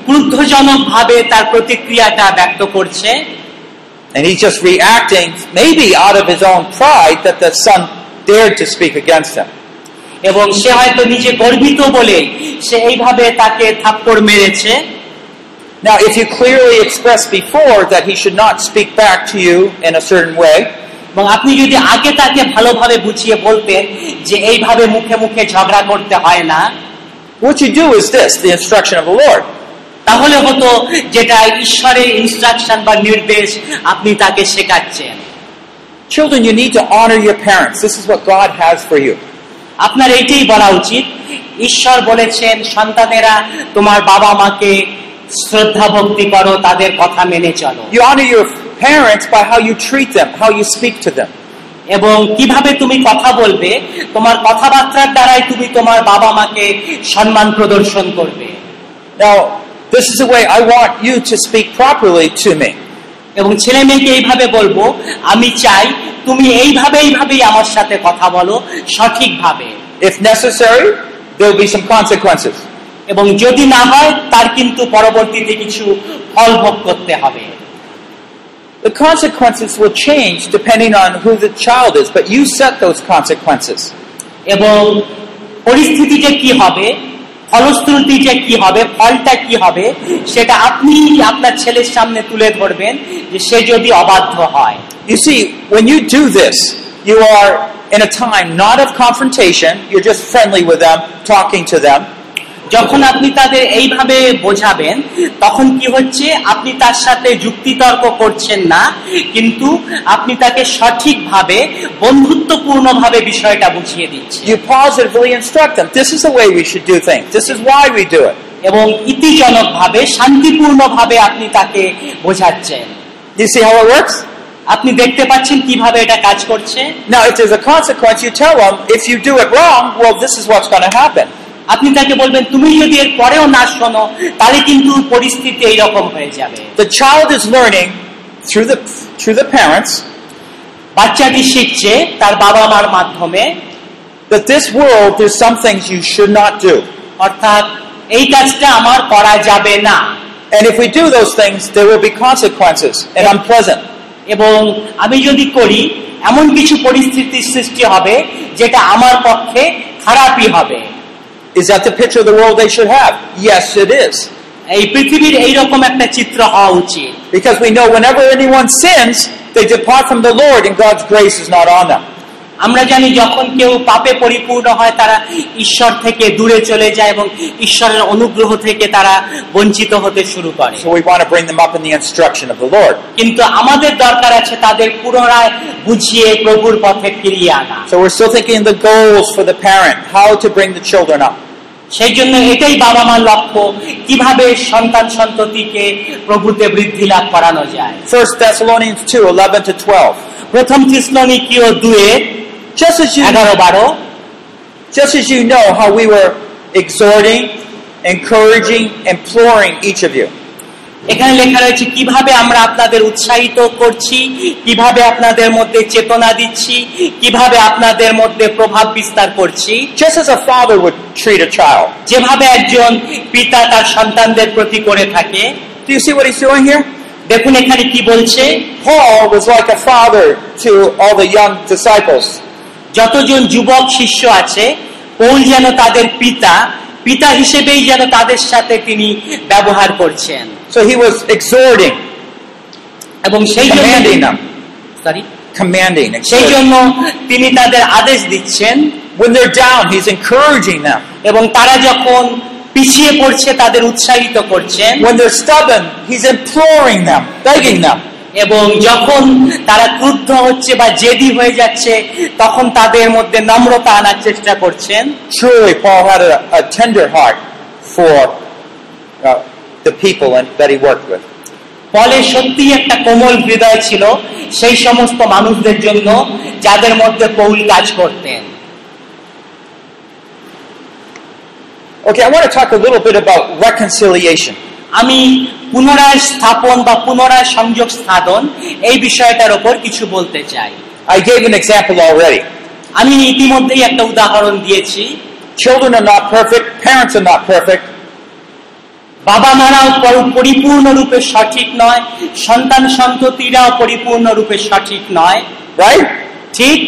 Speaker 4: ক্রুদ্ধজনক ভাবে তার প্রতিক্রিয়াটা ব্যক্ত করছে
Speaker 3: And he's just reacting, maybe out of his own pride, that the son dared to speak against him.
Speaker 4: এবং সে হয়তো নিজে গর্বিত বলে সে এইভাবে তাকে থাপ্পড় মেরেছে
Speaker 3: Now, if you clearly express before that he should not speak back to you in a certain way,
Speaker 4: এবং আপনি যদি আগে তাকে ভালোভাবে বুঝিয়ে বলতেন যে এইভাবে মুখে মুখে ঝগড়া করতে হয় না
Speaker 3: what you do is this the instruction of the Lord.
Speaker 4: তাহলে হতো যেটা ঈশ্বরের ইনস্ট্রাকশন বা নির্দেশ আপনি তাকে শেখাচ্ছেন
Speaker 3: Children, you need to honor your parents. This is what God has for you.
Speaker 4: আপনার এইটাই বলা উচিত ঈশ্বর বলেছেন সন্তানেরা তোমার বাবা মাকে শ্রদ্ধা ভক্তি করো তাদের কথা মেনে চলো
Speaker 3: You honor your parents by how you treat them, how you speak to them.
Speaker 4: এবং কিভাবে তুমি কথা বলবে তোমার কথাবার্তার দ্বারাই তুমি তোমার বাবা মাকে সম্মান প্রদর্শন করবে
Speaker 3: Now, this is the way I want you to speak properly to me.
Speaker 4: এবং ছেলে মেয়েকে এইভাবে বলবো আমি চাই তুমি এইভাবে এইভাবেই আমার সাথে কথা বলো সঠিকভাবে
Speaker 3: If necessary, there will be some consequences.
Speaker 4: এবং যদি না হয় তার কিন্তু পরবর্তীতে কিছু ফল ভোগ করতে হবে
Speaker 3: The consequences will change depending on who the child is, but you set those consequences.
Speaker 4: এবং পরিস্থিতি যে কি হবে ফলশ্রুতি যে কি হবে ফলটা কি হবে সেটা আপনি আপনার ছেলের সামনে তুলে ধরবেন যে সে যদি অবাধ্য হয়
Speaker 3: You see, when you do this, you are in a time not of confrontation, you're just friendly with them, talking to them.
Speaker 4: যখন আপনি তাদের এইভাবে বোঝাবেন তখন কি হচ্ছে আপনি তার সাথে যুক্তিতর্ক করছেন না কিন্তু আপনি তাকে সঠিকভাবে বন্ধুত্বপূর্ণভাবে বিষয়টা বুঝিয়ে দিচ্ছেন
Speaker 3: You positively instruct them. This is the way we should do things. This is why we do it.
Speaker 4: এবং ইতিজনকভাবে শান্তিপূর্ণভাবে আপনি তাকে বোঝাচ্ছেন
Speaker 3: You see how it works?
Speaker 4: আপনি দেখতে পাচ্ছেন কিভাবে এটা কাজ করছে
Speaker 3: Now, if there's a consequence, you tell them, if you do it wrong, well, this is what's going to happen.
Speaker 4: আপনি তাকে বলবেন তুমি যদি এর পরেও না শোনো তাহলে কিন্তু পরিস্থিতি এইরকম হয়ে যাবে
Speaker 3: The child is learning through the, through the parents
Speaker 4: বাচ্চাটি শিখছে তার বাবা মার মাধ্যমে
Speaker 3: that this world, there's some things you should not do.
Speaker 4: অর্থাৎ এই কাজটা আমার করা যাবে না
Speaker 3: And if we do those things, there will be consequences and unpleasant.
Speaker 4: এবং আমি যদি করি এমন কিছু পরিস্থিতির সৃষ্টি হবে যেটা আমার পক্ষে খারাপই হবে
Speaker 3: Is that the picture of the world they should have? Yes, it is.
Speaker 4: এই পৃথিবীর এইরকম একটা চিত্র হওয়া উচিত
Speaker 3: Because we know whenever anyone sins, they depart from the Lord and God's grace is not on them.
Speaker 4: আমরা জানি যখন কেউ পাপে পরিপূর্ণ হয় তারা ঈশ্বর থেকে দূরে চলে যায় এবং ঈশ্বরের অনুগ্রহ থেকে তারা বঞ্চিত হতে শুরু করে
Speaker 3: So we want to bring them up in the instruction of the Lord.
Speaker 4: কিন্তু আমাদের দরকার আছে তাদের পুনরায় বুঝিয়ে প্রভুর পথে ফিরিয়ে আনা
Speaker 3: So we're still thinking the goals for the parent, how to bring the children up.
Speaker 4: সেই জন্য এটাই বাবা মার লক্ষ্য কিভাবে সন্তান সন্ততিকে প্রভুতে বৃদ্ধি লাভ করানো যায়
Speaker 3: 1 Thessalonians 2, 11 to 12.
Speaker 4: প্রথম কৃষ্ণনীকীয় দুয়ে
Speaker 3: Just as you
Speaker 4: এগারো বারো
Speaker 3: Just as you know how we were exhorting, encouraging, imploring each of you.
Speaker 4: এখানে লেখা রয়েছে কিভাবে আমরা আপনাদের উৎসাহিত করছি কিভাবে আপনাদের মধ্যে চেতনা দিচ্ছি কিভাবে আপনাদের মধ্যে প্রভাব বিস্তার করছি
Speaker 3: Just as a father would treat a child.
Speaker 4: যেভাবে একজন পিতা তার সন্তানদের প্রতি করে থাকে
Speaker 3: Do you see what he's doing here?
Speaker 4: দেখুন এখানে কি বলছে
Speaker 3: Paul was like a father to all the young disciples.
Speaker 4: যতজন যুবক শিষ্য আছে পৌল যেন তাদের পিতা পিতা হিসেবেই যেন তাদের সাথে তিনি ব্যবহার করছেন
Speaker 3: So he was exhorting,
Speaker 4: এবং সেই জন্য
Speaker 3: commanding them,
Speaker 4: Sorry?
Speaker 3: commanding.
Speaker 4: সেই
Speaker 3: exhorting.
Speaker 4: জন্য তিনি তাদের আদেশ দিচ্ছেন
Speaker 3: When they're down, he's encouraging them.
Speaker 4: এবং তারা যখন পিছিয়ে পড়ছে তাদের উৎসাহিত করছেন
Speaker 3: When they're stubborn, he's imploring them, begging them.
Speaker 4: এবং যখন তারা ক্রুদ্ধ হচ্ছে বা জেদি হয়ে যাচ্ছে তখন তাদের মধ্যে নম্রতা আনার চেষ্টা করছেন
Speaker 3: Truly, Paul had a, a tender heart for uh, the people and, that he worked with.
Speaker 4: ফলে সত্যি একটা কোমল হৃদয় ছিল সেই সমস্ত মানুষদের জন্য যাদের মধ্যে পৌল কাজ করতেন
Speaker 3: Okay, I want to talk a little bit about reconciliation.
Speaker 4: আমি পুনরায় স্থাপন বা পুনরায় সংযোগ স্থাপন এই বিষয়টার ওপর কিছু বলতে চাই
Speaker 3: I gave an example already.
Speaker 4: আমি ইতিমধ্যেই একটা উদাহরণ দিয়েছি
Speaker 3: Children are not perfect, parents are not perfect,
Speaker 4: বাবা মারাও পর- পরিপূর্ণরূপে সঠিক নয় সন্তান সন্ততিরাও পরিপূর্ণরূপে সঠিক নয়
Speaker 3: right?
Speaker 4: ঠিক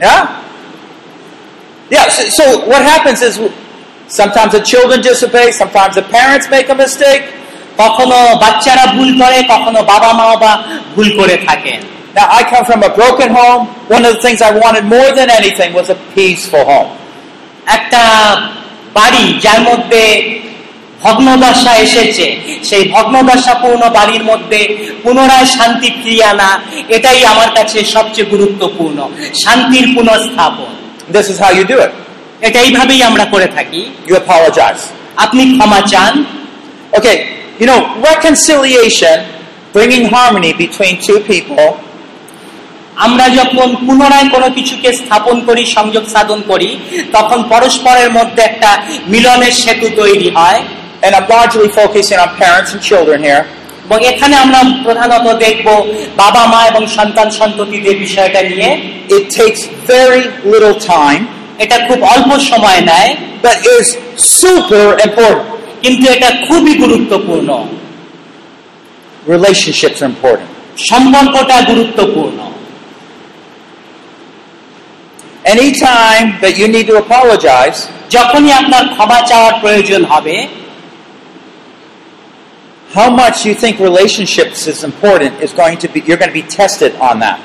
Speaker 3: Yeah? Yeah, so, so what happens is sometimes the children disobey, sometimes the parents make a mistake. Oh,
Speaker 4: কখনো বাচ্চারা ভুল করে কখনো বাবা মা বা ভুল করে থাকেন
Speaker 3: Now, I come from a broken home. One of the things I wanted more than anything was a peaceful home.
Speaker 4: একটা বাড়ি যার মধ্যে ভগ্নদশা এসেছে সেই ভগ্নদশাপূর্ণ বাড়ির মধ্যে পুনরায় শান্তি ফিরিয়ে আনা এটাই আমার কাছে সবচেয়ে গুরুত্বপূর্ণ শান্তির পুনঃস্থাপন
Speaker 3: This is how you do it.
Speaker 4: এটা এইভাবেই আমরা করে থাকি
Speaker 3: You apologize.
Speaker 4: আপনি ক্ষমা চান
Speaker 3: Okay, you know, reconciliation, bringing harmony between two people,
Speaker 4: আমরা যখন পুনরায় কোনো কিছুকে স্থাপন করি সংযোগ সাধন করি তখন পরস্পরের মধ্যে একটা মিলনের সেতু তৈরি হয়
Speaker 3: and I'm largely focusing on parents and children here.
Speaker 4: এবং এখানে আমরা প্রধানত দেখব বাবা মা এবং সন্তান সন্ততিদের বিষয়টা নিয়ে
Speaker 3: It takes very little time,
Speaker 4: এটা খুব অল্প সময় নেয়
Speaker 3: but is super important.
Speaker 4: কিন্তু এটা খুবই গুরুত্বপূর্ণ
Speaker 3: Relationships are important.
Speaker 4: সম্পর্কটা গুরুত্বপূর্ণ
Speaker 3: Anytime that you need to apologize,
Speaker 4: যখনই আপনার ক্ষমা চাওয়ার প্রয়োজন হবে
Speaker 3: how much you think relationships is important is going to be you're going to be tested on that.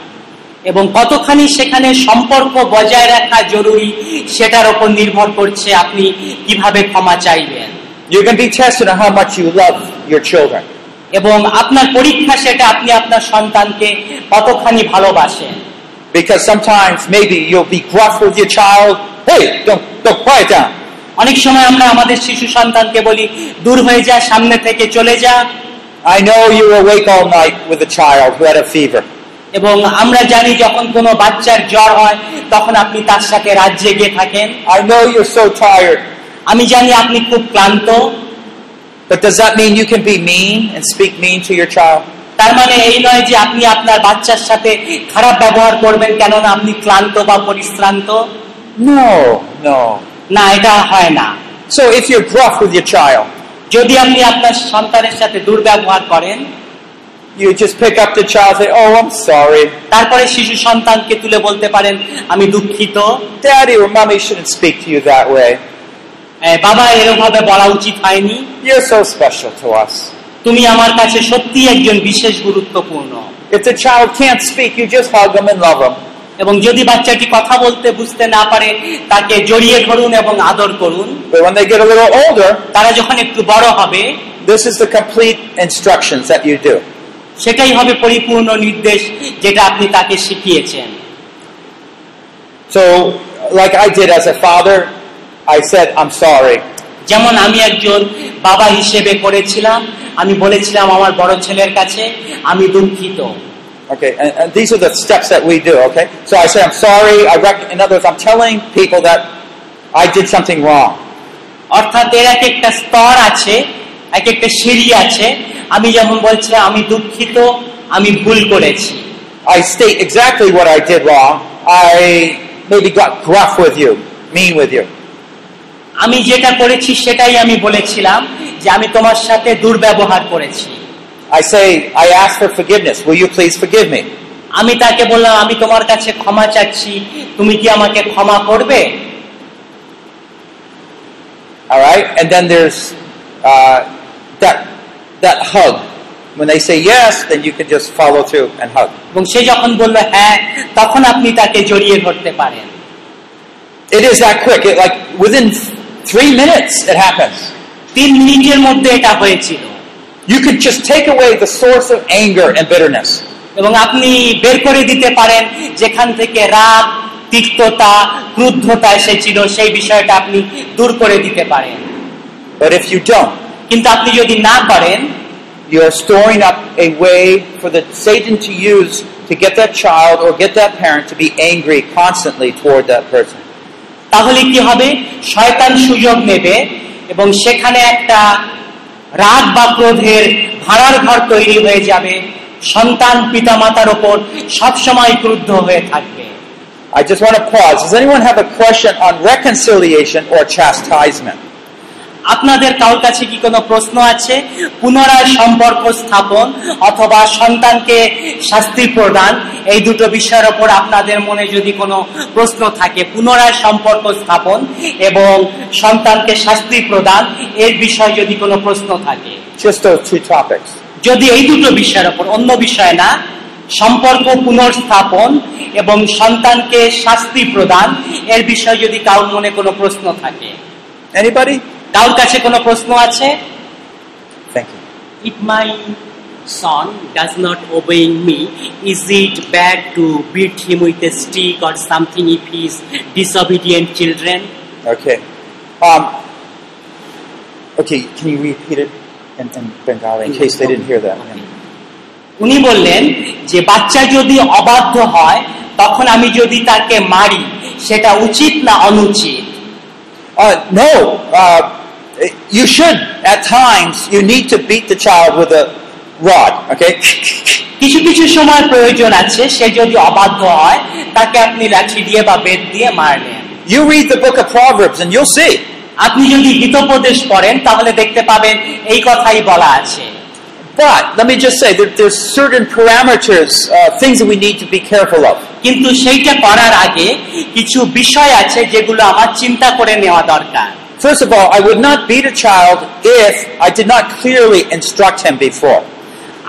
Speaker 4: এবং কতখানি সেখানে সম্পর্ক বজায় রাখা জরুরি সেটার ওপর নির্ভর করছে আপনি কিভাবে ক্ষমা চাইবেন
Speaker 3: You're going to be tested on how much you love your children.
Speaker 4: এবং আপনার পরীক্ষা সেটা আপনি আপনার সন্তানকে কতখানি ভালোবাসেন
Speaker 3: Because sometimes maybe you'll be gruff with your child. Hey, don't don't quiet down.
Speaker 4: অনেক সময় আমরা আমাদের শিশু সন্তানকে বলি দূর হয়ে যা সামনে থেকে চলে যা
Speaker 3: I know you were awake all night with a child who had a fever.
Speaker 4: এবং আমরা জানি যখন কোনো বাচ্চার জ্বর হয় তখন আপনি তার সাথে রাত জেগে থাকেন
Speaker 3: I know you're so tired.
Speaker 4: আমি জানি আপনি খুব ক্লান্ত
Speaker 3: But does that mean you can be mean and speak mean to your child?
Speaker 4: তার মানে এই নয় যে আপনি আপনার বাচ্চার সাথে খারাপ ব্যবহার করবেন কেননা আপনি ক্লান্ত বা পরিশ্রান্ত
Speaker 3: No, no.
Speaker 4: না এটা হয় না
Speaker 3: So if you're gruff with your child,
Speaker 4: যদি আপনি আপনার সন্তানের সাথে দুর্ব্যবহার করেন
Speaker 3: you just pick up the child and say, "Oh, I'm sorry,
Speaker 4: তারপরে শিশু সন্তানকে তুলে বলতে পারেন আমি দুঃখিত
Speaker 3: Daddy or Mommy shouldn't speak to you that way.
Speaker 4: এ, বাবা এরভাবে বলা উচিত হয়নি
Speaker 3: You're so special to us."
Speaker 4: তুমি আমার কাছে সত্যি একজন বিশেষ গুরুত্বপূর্ণ
Speaker 3: If the child can't speak, you just hug them and love them.
Speaker 4: এবং যদি বাচ্চাটি কথা বলতে বুঝতে না পারে তাকে জড়িয়ে ধরুন এবং আদর করুন
Speaker 3: But when they get a little older,
Speaker 4: তারা যখন একটু বড় হবে
Speaker 3: this is the complete instructions that you do.
Speaker 4: সেটাই হবে পরিপূর্ণ নির্দেশ যেটা আপনি তাকে শিখিয়েছেন
Speaker 3: So, like I did as a father, I said, "I'm sorry."
Speaker 4: যেমন আমি একজন বাবা হিসেবে করেছিলাম আমি বলেছিলাম আমার বড় ছেলের কাছে আমি দুঃখিত
Speaker 3: Okay, and, and these are the steps that we do, okay? So I say, I'm sorry, I rec- in other words, I'm telling people that I did something wrong.
Speaker 4: অর্থাৎ এর এক একটা স্তর আছে এক একটা সিঁড়ি আছে আমি যেমন বলছিলাম আমি দুঃখিত আমি ভুল করেছি
Speaker 3: I state exactly what I did wrong. I maybe got gruff with you, mean with you.
Speaker 4: আমি যেটা করেছি সেটাই আমি বলেছিলাম যে আমি তোমার সাথে দুর্ব্যবহার করেছি
Speaker 3: I say, I ask for forgiveness. Will you please forgive me?
Speaker 4: আমি তাকে বললাম আমি তোমার কাছে ক্ষমা চাচ্ছি তুমি কি আমাকে ক্ষমা করবে
Speaker 3: All right? And then there's uh, that, that hug. When they say yes, then you can just follow through and hug.
Speaker 4: এবং সে যখন বলল হ্যাঁ তখন আপনি তাকে জড়িয়ে ধরতে পারেন
Speaker 3: It is that quick. It, like within three minutes, it happens.
Speaker 4: তিন মিনিটের মধ্যে এটা হয়েছিল
Speaker 3: You could just take away the source of anger and bitterness.
Speaker 4: এবং আপনি বের করে দিতে পারেন যেখান থেকে রাগ তিক্ততা ক্রুদ্ধতা এসেছিল সেই বিষয়টা আপনি দূর করে দিতে পারেন
Speaker 3: But if you don't,
Speaker 4: কিন্তু আপনি যদি না পারেন
Speaker 3: you're storing up a way for the Satan to use to get that child or get that parent to be angry constantly toward that person.
Speaker 4: তাহলে কি হবে শয়তান সুযোগ নেবে এবং সেখানে একটা রাগ বা ক্রোধের ভাড়ার ঘর তৈরি হয়ে যাবে সন্তান পিতামাতার ওপর সবসময় ক্রুদ্ধ হয়ে থাকবে
Speaker 3: I just want to pause. Does anyone have a question on reconciliation or chastisement?
Speaker 4: আপনাদের কারোর কাছে কি কোনো প্রশ্ন আছে পুনরায় সম্পর্ক স্থাপন অথবা সন্তানকে শাস্তি প্রদান এই দুটো বিষয়ের ওপর আপনাদের মনে যদি কোনো প্রশ্ন থাকে পুনরায় সম্পর্ক স্থাপন এবং সন্তানকে শাস্তি প্রদান এর বিষয়ে যদি কোনো প্রশ্ন থাকে
Speaker 3: Just those two topics.
Speaker 4: যদি এই দুটো বিষয়ের ওপর অন্য বিষয় না সম্পর্ক পুনর্স্থাপন এবং সন্তানকে শাস্তি প্রদান এর বিষয়ে যদি কারোর মনে কোনো প্রশ্ন থাকে
Speaker 3: Anybody?
Speaker 4: কারোর কাছে কোনো প্রশ্ন আছে
Speaker 3: Thank you.
Speaker 5: if my son does not obeying me, is it bad to beat him with a stick or something if he is disobedient children?
Speaker 3: Okay. Um, okay, can you repeat it in, in Bengali in case they didn't hear that?
Speaker 4: উনি বললেন যে বাচ্চা যদি অবাধ্য হয় তখন আমি যদি তাকে মারি সেটা উচিত না অনুচিত
Speaker 3: Uh, no, uh, you should. At times, you need to beat the child with a rod. Okay,
Speaker 4: কিছু কিছু সময় প্রয়োজন আছে সে যদি অবাধ্য হয় তাকে আপনি লাঠি দিয়ে বা বেদ দিয়ে মারলেন
Speaker 3: you read the book of Proverbs and you'll see.
Speaker 4: আপনি যদি হিতোপদেশ করেন তাহলে দেখতে পাবেন এই কথাই বলা আছে
Speaker 3: But let me just say that there's certain parameters, uh, things that we need to be careful of.
Speaker 4: কিন্তু সেইটা করার আগে কিছু বিষয় আছে যেগুলো আমার চিন্তা করে নেওয়া দরকার
Speaker 3: First of all, I would not beat a child if I did not clearly instruct him before.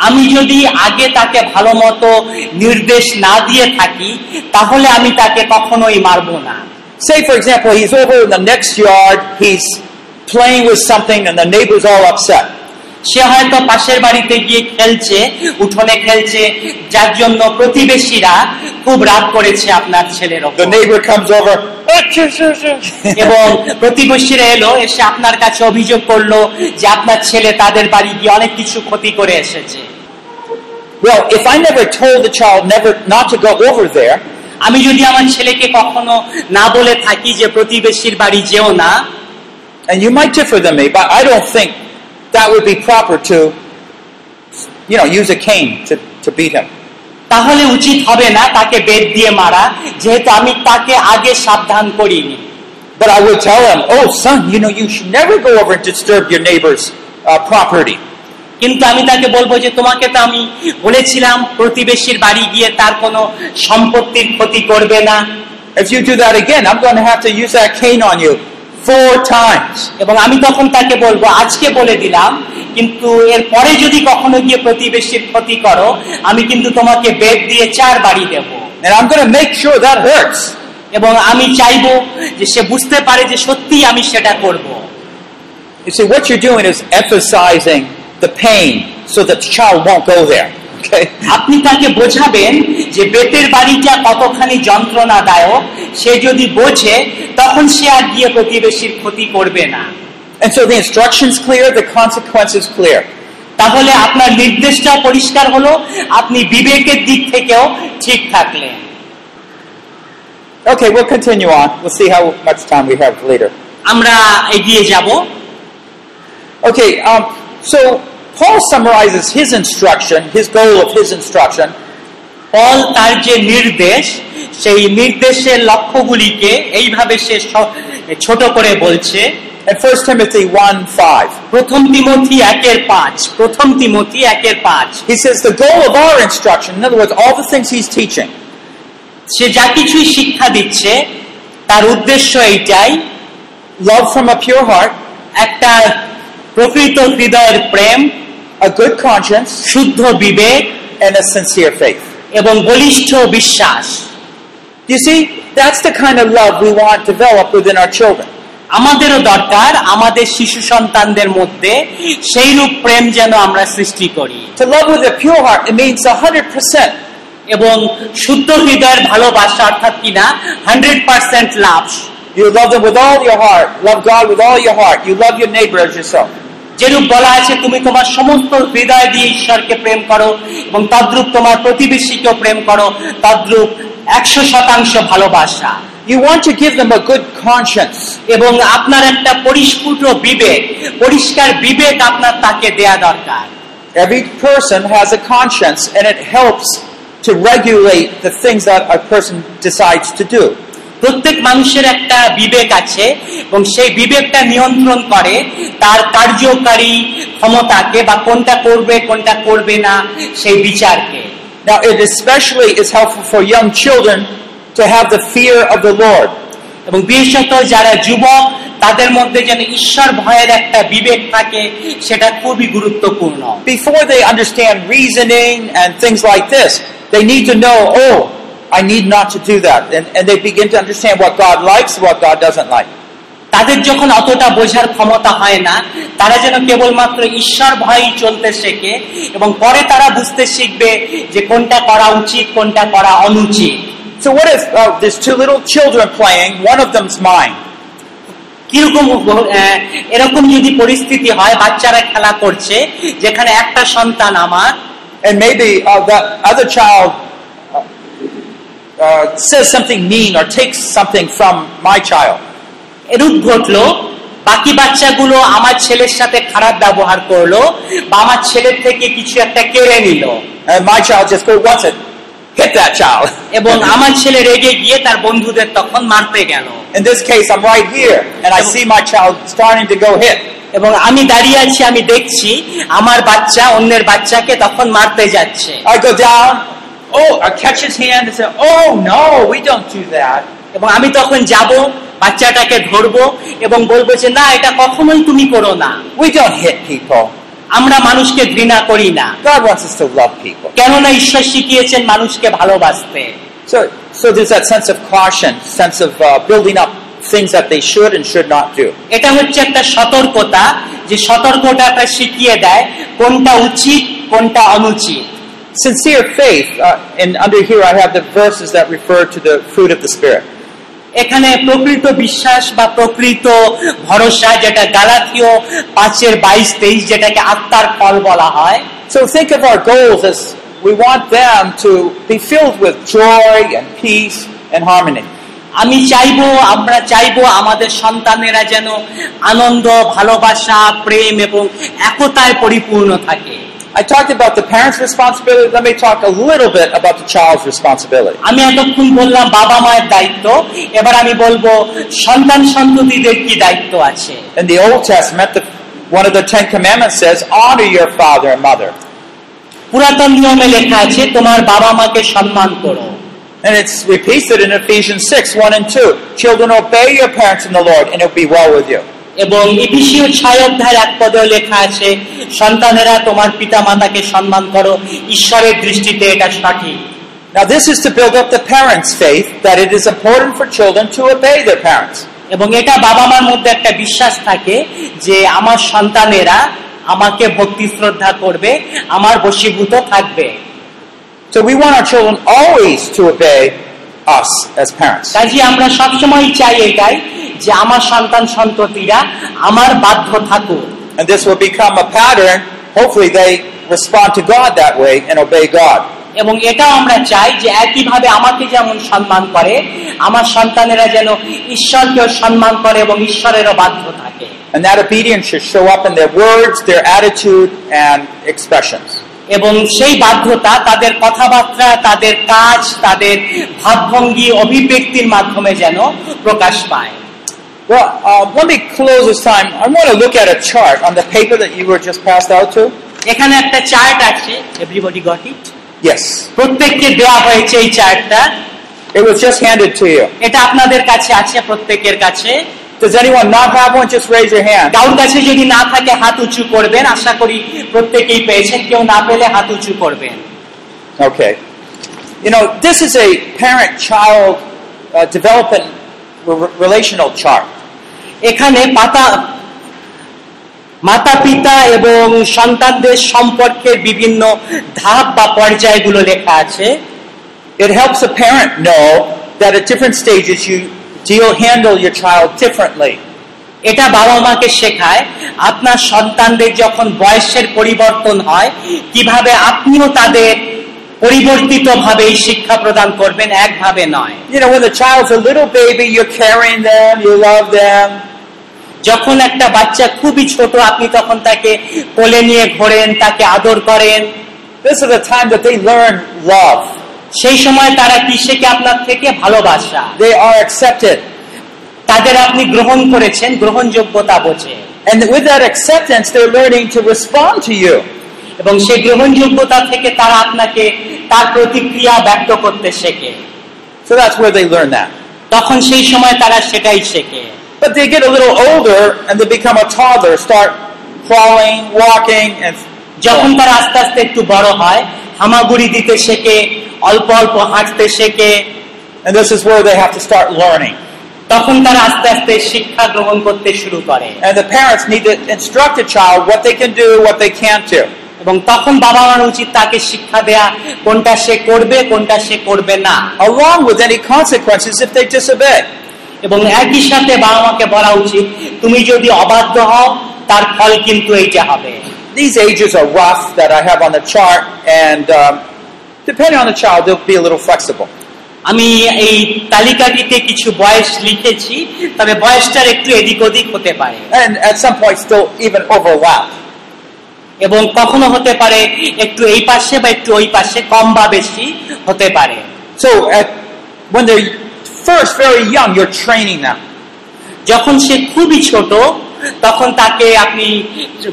Speaker 4: আমি যদি আগে তাকে ভালো মতো নির্দেশ না দিয়ে থাকি তাহলে আমি তাকে কখনোই মারবো না
Speaker 3: Say, for example, he's over in the next yard, he's playing with something, and the neighbor's all upset.
Speaker 4: সে হয়তো পাশের বাড়িতে গিয়ে খেলছে উঠোনে খেলছে যার জন্য প্রতিবেশীরা খুব রাগ করেছে আপনার ছেলের ওপর।
Speaker 3: The <laughs> neighbor comes over.
Speaker 4: এবং প্রতিবেশীরা এলো এসে আপনার কাছে অভিযোগ করলো যে আপনার ছেলে তাদের বাড়ি গিয়ে অনেক কিছু ক্ষতি করে এসেছে
Speaker 3: Well, if I never told the child never not to go over there,
Speaker 4: আমি যদি আমার ছেলেকে কখনো না বলে থাকি যে প্রতিবেশীর বাড়ি যেও না
Speaker 3: and you might differ than me, but I don't think that would be proper to, you know, use a cane to, to beat him.
Speaker 4: তাহলে উচিত হবে না তাকে বেদ দিয়ে মারা যেহেতু আমি তাকে আগে সাবধান করিনি
Speaker 3: But I would tell him, oh, son, you know, you should never go over and disturb your neighbor's uh, property.
Speaker 4: কিন্তু আমি তাকে বলবো যে তোমাকে তো আমি বলেছিলাম প্রতিবেশীর বাড়ি গিয়ে তার কোনো সম্পত্তির ক্ষতি করবে না
Speaker 3: If you do that again, I'm going to have to use that cane on you four times.
Speaker 4: এবং আমি তখন তাকে বলবো আজকে বলে দিলাম কিন্তু এর পরে যদি কখনো গিয়ে প্রতিবেশীর ক্ষতি করো আমি কিন্তু তোমাকে বেদ দিয়ে চার বাড়ি দেবো
Speaker 3: And I'm going to make sure that hurts.
Speaker 4: এবং আমি চাইবো যে সে বুঝতে পারে যে সত্যি আমি সেটা করব
Speaker 3: You see, what you're doing is emphasizing the pain so that the child won't go there. <laughs> Okay?
Speaker 4: আপনি তাকে বোঝাবেন যে বেতের বাড়িটা কতখানি যন্ত্রণাদায়ক সে যদি বোঝে তখন সে আর গিয়ে প্রতিবেশীর ক্ষতি করবে না
Speaker 3: And so the instruction's clear, the consequence's clear.
Speaker 4: তাহলে আপনার নির্দেশটা পরিষ্কার হলো আপনি বিবেকের দিক থেকেও ঠিক থাকলেন
Speaker 3: Okay, we'll continue on. We'll see how much time we have later.
Speaker 4: আমরা এগিয়ে যাব
Speaker 3: Okay, um, so Paul summarizes his instruction, his goal of his instruction,
Speaker 4: পল তার যে নির্দেশ সেই নির্দেশের লক্ষ্যগুলিকে এইভাবে সে স- ছোট করে বলছে
Speaker 3: in 1 Timothy 1 5.
Speaker 4: প্রথম তিমথি একের পাঁচ প্রথম তিমথি একের পাঁচ
Speaker 3: He says, The goal of our instruction, in other words, all the things he's teaching,
Speaker 4: সে যা কিছুই শিক্ষা দিচ্ছে তার উদ্দেশ্য এইটাই
Speaker 3: love from a pure heart,
Speaker 4: একটা প্রকৃত হৃদয়ের প্রেম
Speaker 3: a good conscience,
Speaker 4: শুদ্ধ বিবেক
Speaker 3: and a sincere faith.
Speaker 4: এবং বলিষ্ঠ বিশ্বাস
Speaker 3: You see, that's the kind of love we want developed within our children.
Speaker 4: আমাদেরও দরকার আমাদের শিশু সন্তানদের মধ্যে সেই রূপ প্রেম যেন আমরা সৃষ্টি করি
Speaker 3: To love with a pure heart, it means 100%.
Speaker 4: এবং শুদ্ধ হৃদয়ের ভালোবাসা অর্থাৎ কিনা hundred percent love
Speaker 3: You love them with all your heart. Love God with all your heart. You love your neighbor as yourself.
Speaker 4: যেরূপ বলা আছে তুমি তোমার সমস্ত হৃদয় দিয়ে ঈশ্বরকে প্রেম করো এবং তদ্রূপ তোমার প্রতিবেশীকেও প্রেম করো তদ্রূপ একশো শতাংশ ভালোবাসা
Speaker 3: You want to give them a good conscience.
Speaker 4: এবং আপনার একটা পরিস্ফুট বিবেক পরিষ্কার বিবেক আপনার তাকে দেয়া দরকার
Speaker 3: Every person has a conscience, and it helps to regulate the things that a person decides to do.
Speaker 4: প্রত্যেক মানুষের একটা বিবেক আছে এবং সেই বিবেকটা নিয়ন্ত্রণ করে তার কার্যকারী ক্ষমতাকে বা কোনটা করবে কোনটা করবে না সেই বিচারকে
Speaker 3: Now, it especially is helpful for young children to have the fear of the Lord.
Speaker 4: এবং বিশেষত যারা যুবক তাদের মধ্যে যেন ঈশ্বর ভয়ের একটা বিবেক থাকে সেটা খুবই গুরুত্বপূর্ণ
Speaker 3: Before they understand reasoning and things like this, they need to know, oh, I need not to do that. And, and they begin to understand what God likes, what God doesn't like.
Speaker 4: তাদের যখন অতটা বোঝার ক্ষমতা হয় না তারা যেন কেবলমাত্র ঈশ্বর ভয়ই চলতে শেখে এবং পরে তারা বুঝতে শিখবে যে কোনটা করা উচিত কোনটা করা অনুচিত
Speaker 3: So, what if uh, there's two little children playing, one of them's mine?
Speaker 4: কিরকম আহ, এরকম যদি পরিস্থিতি হয় বাচ্চারা খেলা করছে যেখানে একটা সন্তান আমার
Speaker 3: And maybe uh, that other child uh, uh, says something mean or takes something from my child.
Speaker 4: এরূপ ঘটলো বাকি বাচ্চাগুলো আমার ছেলের সাথে খারাপ ব্যবহার করলো বা আমার ছেলের থেকে কিছু একটা কেড়ে নিল
Speaker 3: And my child just goes, wants it, hit that child. <laughs>
Speaker 4: এবং আমার ছেলে রেগে গিয়ে তার বন্ধুদের তখন মারতে গেল
Speaker 3: In this case, I'm right here, and I see my child starting to go hit.
Speaker 4: হ্যাঁ, এবং আমি দাঁড়িয়ে আছি আমি দেখছি আমার বাচ্চা অন্যের বাচ্চাকে তখন মারতে যাচ্ছে
Speaker 3: I go down. Oh, I catch his hand and say, "Oh no, we don't do that."
Speaker 4: এবং আমি তখন যাব বাচ্চাটাকে ধরবো এবং বলবো যে না এটা কখনোই তুমি করো না
Speaker 3: We don't hit people.
Speaker 4: আমরা মানুষকে ঘৃণা করি না
Speaker 3: God wants us to love people.
Speaker 4: কেননা ঈশ্বর শিখিয়েছেন মানুষকে ভালোবাসতে
Speaker 3: So, so there's that sense of caution, sense of uh, building up things that they should and should not do.
Speaker 4: এটা হচ্ছে একটা সতর্কতা যে সতর্কতাটা শিখিয়ে দেয় কোনটা উচিত কোনটা অনুচিত
Speaker 3: Sincere faith, uh, and under here I have the verses that refer to the fruit of the spirit.
Speaker 4: এখানে প্রকৃত বিশ্বাস বা প্রকৃত ভরসা যেটা গালাথীয় পাঁচের বাইশ তেইশ যেটাকে আত্মার ফল বলা হয়
Speaker 3: So think of our goals as we want them to be filled with joy and peace and harmony.
Speaker 4: আমি চাইবো আমরা চাইবো আমাদের সন্তানেরা যেন আনন্দ ভালোবাসা প্রেম এবং একতায় পরিপূর্ণ থাকে
Speaker 3: I talked about the parent's responsibility. Let me talk a little bit about the child's responsibility.
Speaker 4: আমি এতক্ষণ বললাম বাবা মায়ের দায়িত্ব এবার আমি বলবো সন্তান সন্ততিদের কি দায়িত্ব আছে
Speaker 3: In the Old Testament, the, one of the Ten Commandments says, "Honor your father and mother,"
Speaker 4: পুরাতন নিয়মে লেখা আছে তোমার বাবা মাকে সম্মান করো
Speaker 3: and it's repeated in Ephesians six one and two. Children, obey your parents in the Lord, and it'll be well with you.
Speaker 4: এবং এপিসীয় ছয় অধ্যায়ের এক পদেও লেখা আছে সন্তানেরা তোমার পিতা মাতাকে সম্মান করো ঈশ্বরের দৃষ্টিতে এটা সঠিক
Speaker 3: Now, this is to build up the parents' faith that it is important for children to obey their parents.
Speaker 4: এবং এটা বাবা মার মধ্যে একটা বিশ্বাস থাকে যে আমার সন্তানেরা আমাকে ভক্তি শ্রদ্ধা করবে আমার বশীভূত থাকবে
Speaker 3: So, we want our children always to obey us as parents.
Speaker 4: কাজে আমরা সবসময় চাই এটাই যে আমার সন্তান সন্ততিরা আমার বাধ্য থাকুক
Speaker 3: And this will become a pattern. Hopefully, they respond to God that way and obey God.
Speaker 4: এবং এটাও আমরা চাই যে একইভাবে আমাকে যেমন সম্মান করে আমার সন্তানেরা যেন ঈশ্বরকেও সম্মান করে এবং ঈশ্বরেরও বাধ্য থাকে
Speaker 3: And that obedience should show up in their words, their attitude, and expressions.
Speaker 4: এবং সেই বাধ্যতা তাদের কথাবার্তা তাদের কাজ তাদের ভাবভঙ্গি অভিব্যক্তির মাধ্যমে যেন প্রকাশ পায়
Speaker 3: Well, uh, let me close this time. I want to look at a chart on the paper that you were just passed out to.
Speaker 4: এখানে একটা চার্ট আছে এভরিবডি গট ইট
Speaker 3: Yes,
Speaker 4: প্রত্যেককে দেওয়া হয়েছে এই চার্টটা
Speaker 3: it was just handed to you.
Speaker 4: এটা আপনাদের কাছে আছে প্রত্যেকের কাছে
Speaker 3: Does anyone not have one? Just raise your hand.
Speaker 4: কারোর কাছে যদি না থাকে হাত উঁচু করবেন আশা করি প্রত্যেকেই পেয়েছেন কেউ না পেলে হাত উঁচু করবেন
Speaker 3: Okay. You know, this is a parent-child uh, development re- relational chart.
Speaker 4: এখানে পাতা মাতা পিতা এবং সন্তানদের সম্পর্কের বিভিন্ন ধাপ বা পর্যায়গুলো লেখা আছে
Speaker 3: It helps a parent know that at different stages you deal handle your child differently.
Speaker 4: এটা বাবা মাকে শেখায় আপনার সন্তানদের যখন বয়সের পরিবর্তন হয় কিভাবে আপনিও তাদের পরিবর্তিত ভাবেই শিক্ষা প্রদান করবেন একভাবে নয়
Speaker 3: You know, when the child's a little baby, you're carrying them, you love them,
Speaker 4: যখন একটা বাচ্চা খুবই ছোট আপনি তখন তাকে কোলে নিয়ে ঘোরেন তাকে আদর করেন
Speaker 3: this is the time that they learn love.
Speaker 4: সেই সময় তারা কি শেখে আপনার থেকে ভালোবাসা
Speaker 3: They are accepted.
Speaker 4: তাদের আপনি গ্রহণ করেছেন গ্রহণযোগ্যতা বোঝে
Speaker 3: And with that acceptance, they're learning to respond to you.
Speaker 4: এবং সেই গ্রহণযোগ্যতা থেকে তারা আপনাকে তার প্রতিক্রিয়া ব্যক্ত করতে শেখে
Speaker 3: So that's where they learn that.
Speaker 4: তখন সেই সময় তারা সেটাই শেখে
Speaker 3: But they get a little older and they become a toddler, start crawling, walking, and
Speaker 4: যখন তারা আস্তে আস্তে একটু বড় হয় হামাগুড়ি দিতে শেখে অল্প অল্প হাঁটতে শেখে
Speaker 3: and this is where they have to start learning.
Speaker 4: তখন তারা আস্তে আস্তে শিক্ষা গ্রহণ করতে শুরু করে
Speaker 3: And the parents need to instruct the child what they can do, what they can't do.
Speaker 4: এবং তখন বাবা মার উচিত তাকে শিক্ষা দেয়া কোনটা সে করবে কোনটা সে করবে না
Speaker 3: Along with any consequences if they disobey.
Speaker 4: এবং একই সাথে বাবা মাকে বলা উচিত তুমি যদি অবাধ্য হও তার ফল কিন্তু এইটা হবে
Speaker 3: These ages are rough that I have on the chart, and um, depending on the child, they'll be a little flexible.
Speaker 4: আমি এই তালিকাটিতে কিছু বয়স লিখেছি তবে বয়সটার একটু এদিক ওদিক হতে পারে
Speaker 3: And at some points, they'll even overlap.
Speaker 4: এবং কখনো হতে পারে একটু এই পাশে বা একটু ওই পাশে কম বা বেশি হতে পারে
Speaker 3: So at, when they're first very young, you're training them.
Speaker 4: যখন সে খুবই ছোট তখন তাকে আপনি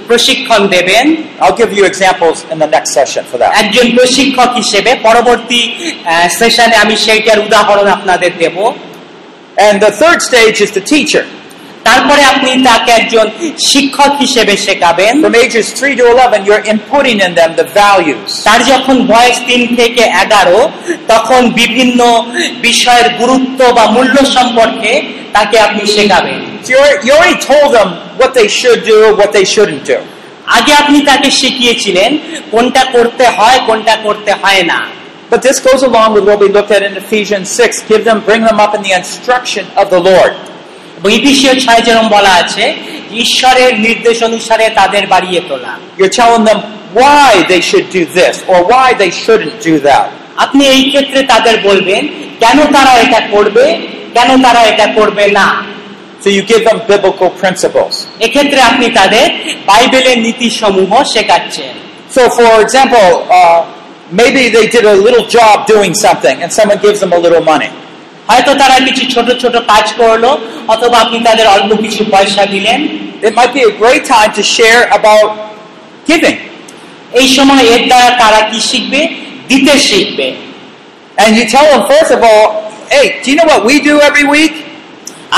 Speaker 4: প্রশিক্ষণ দেবেন
Speaker 3: I'll give you examples in the next session for that.
Speaker 4: একজন প্রশিক্ষক হিসেবে পরবর্তী সেশনে আমি সেইটার উদাহরণ আপনাদের দেব
Speaker 3: And the third stage is the teacher.
Speaker 4: তারপরে আপনি তাকে একজন শিক্ষক হিসেবে শেখাবেন
Speaker 3: From ages 3 to 11, you're inputting in them the values.
Speaker 4: তার যখন বয়স তিন থেকে এগারো তখন বিভিন্ন বিষয়ের গুরুত্ব বা মূল্য সম্পর্কে তাকে আপনি শেখাবেন
Speaker 3: So you're, you already told them what they should do, what they shouldn't do.
Speaker 4: আগে আপনি তাকে শিখিয়েছিলেন কোনটা করতে হয় কোনটা করতে হয় না
Speaker 3: But this goes along with what we looked at in Ephesians 6. Give them, bring them up in the instruction of the Lord.
Speaker 4: এবং ইতিশীয় ছয় যেরকম বলা আছে ঈশ্বরের নির্দেশ অনুসারে তাদের বাড়িয়ে তোলা
Speaker 3: You're telling them why they should do this or why they shouldn't do that.
Speaker 4: আপনি এই ক্ষেত্রে তাদের বলবেন কেন তারা এটা করবে কেন তারা এটা করবে না
Speaker 3: So you give them biblical principles.
Speaker 4: এক্ষেত্রে আপনি তাদের বাইবেলের নীতি সমূহ শেখাচ্ছেন
Speaker 3: So, for example, uh, maybe they did a little job doing something and someone gives them a little money.
Speaker 4: হয়তো তারা কিছু ছোট ছোট কাজ করলো অথবা আপনি তাদের অল্প কিছু পয়সা দিলেন
Speaker 3: It might be a great time to share about giving.
Speaker 4: এই সময় এর দ্বারা তারা কি শিখবে দিতে শিখবে
Speaker 3: And you tell them, first of all, hey, do you know what we do every week?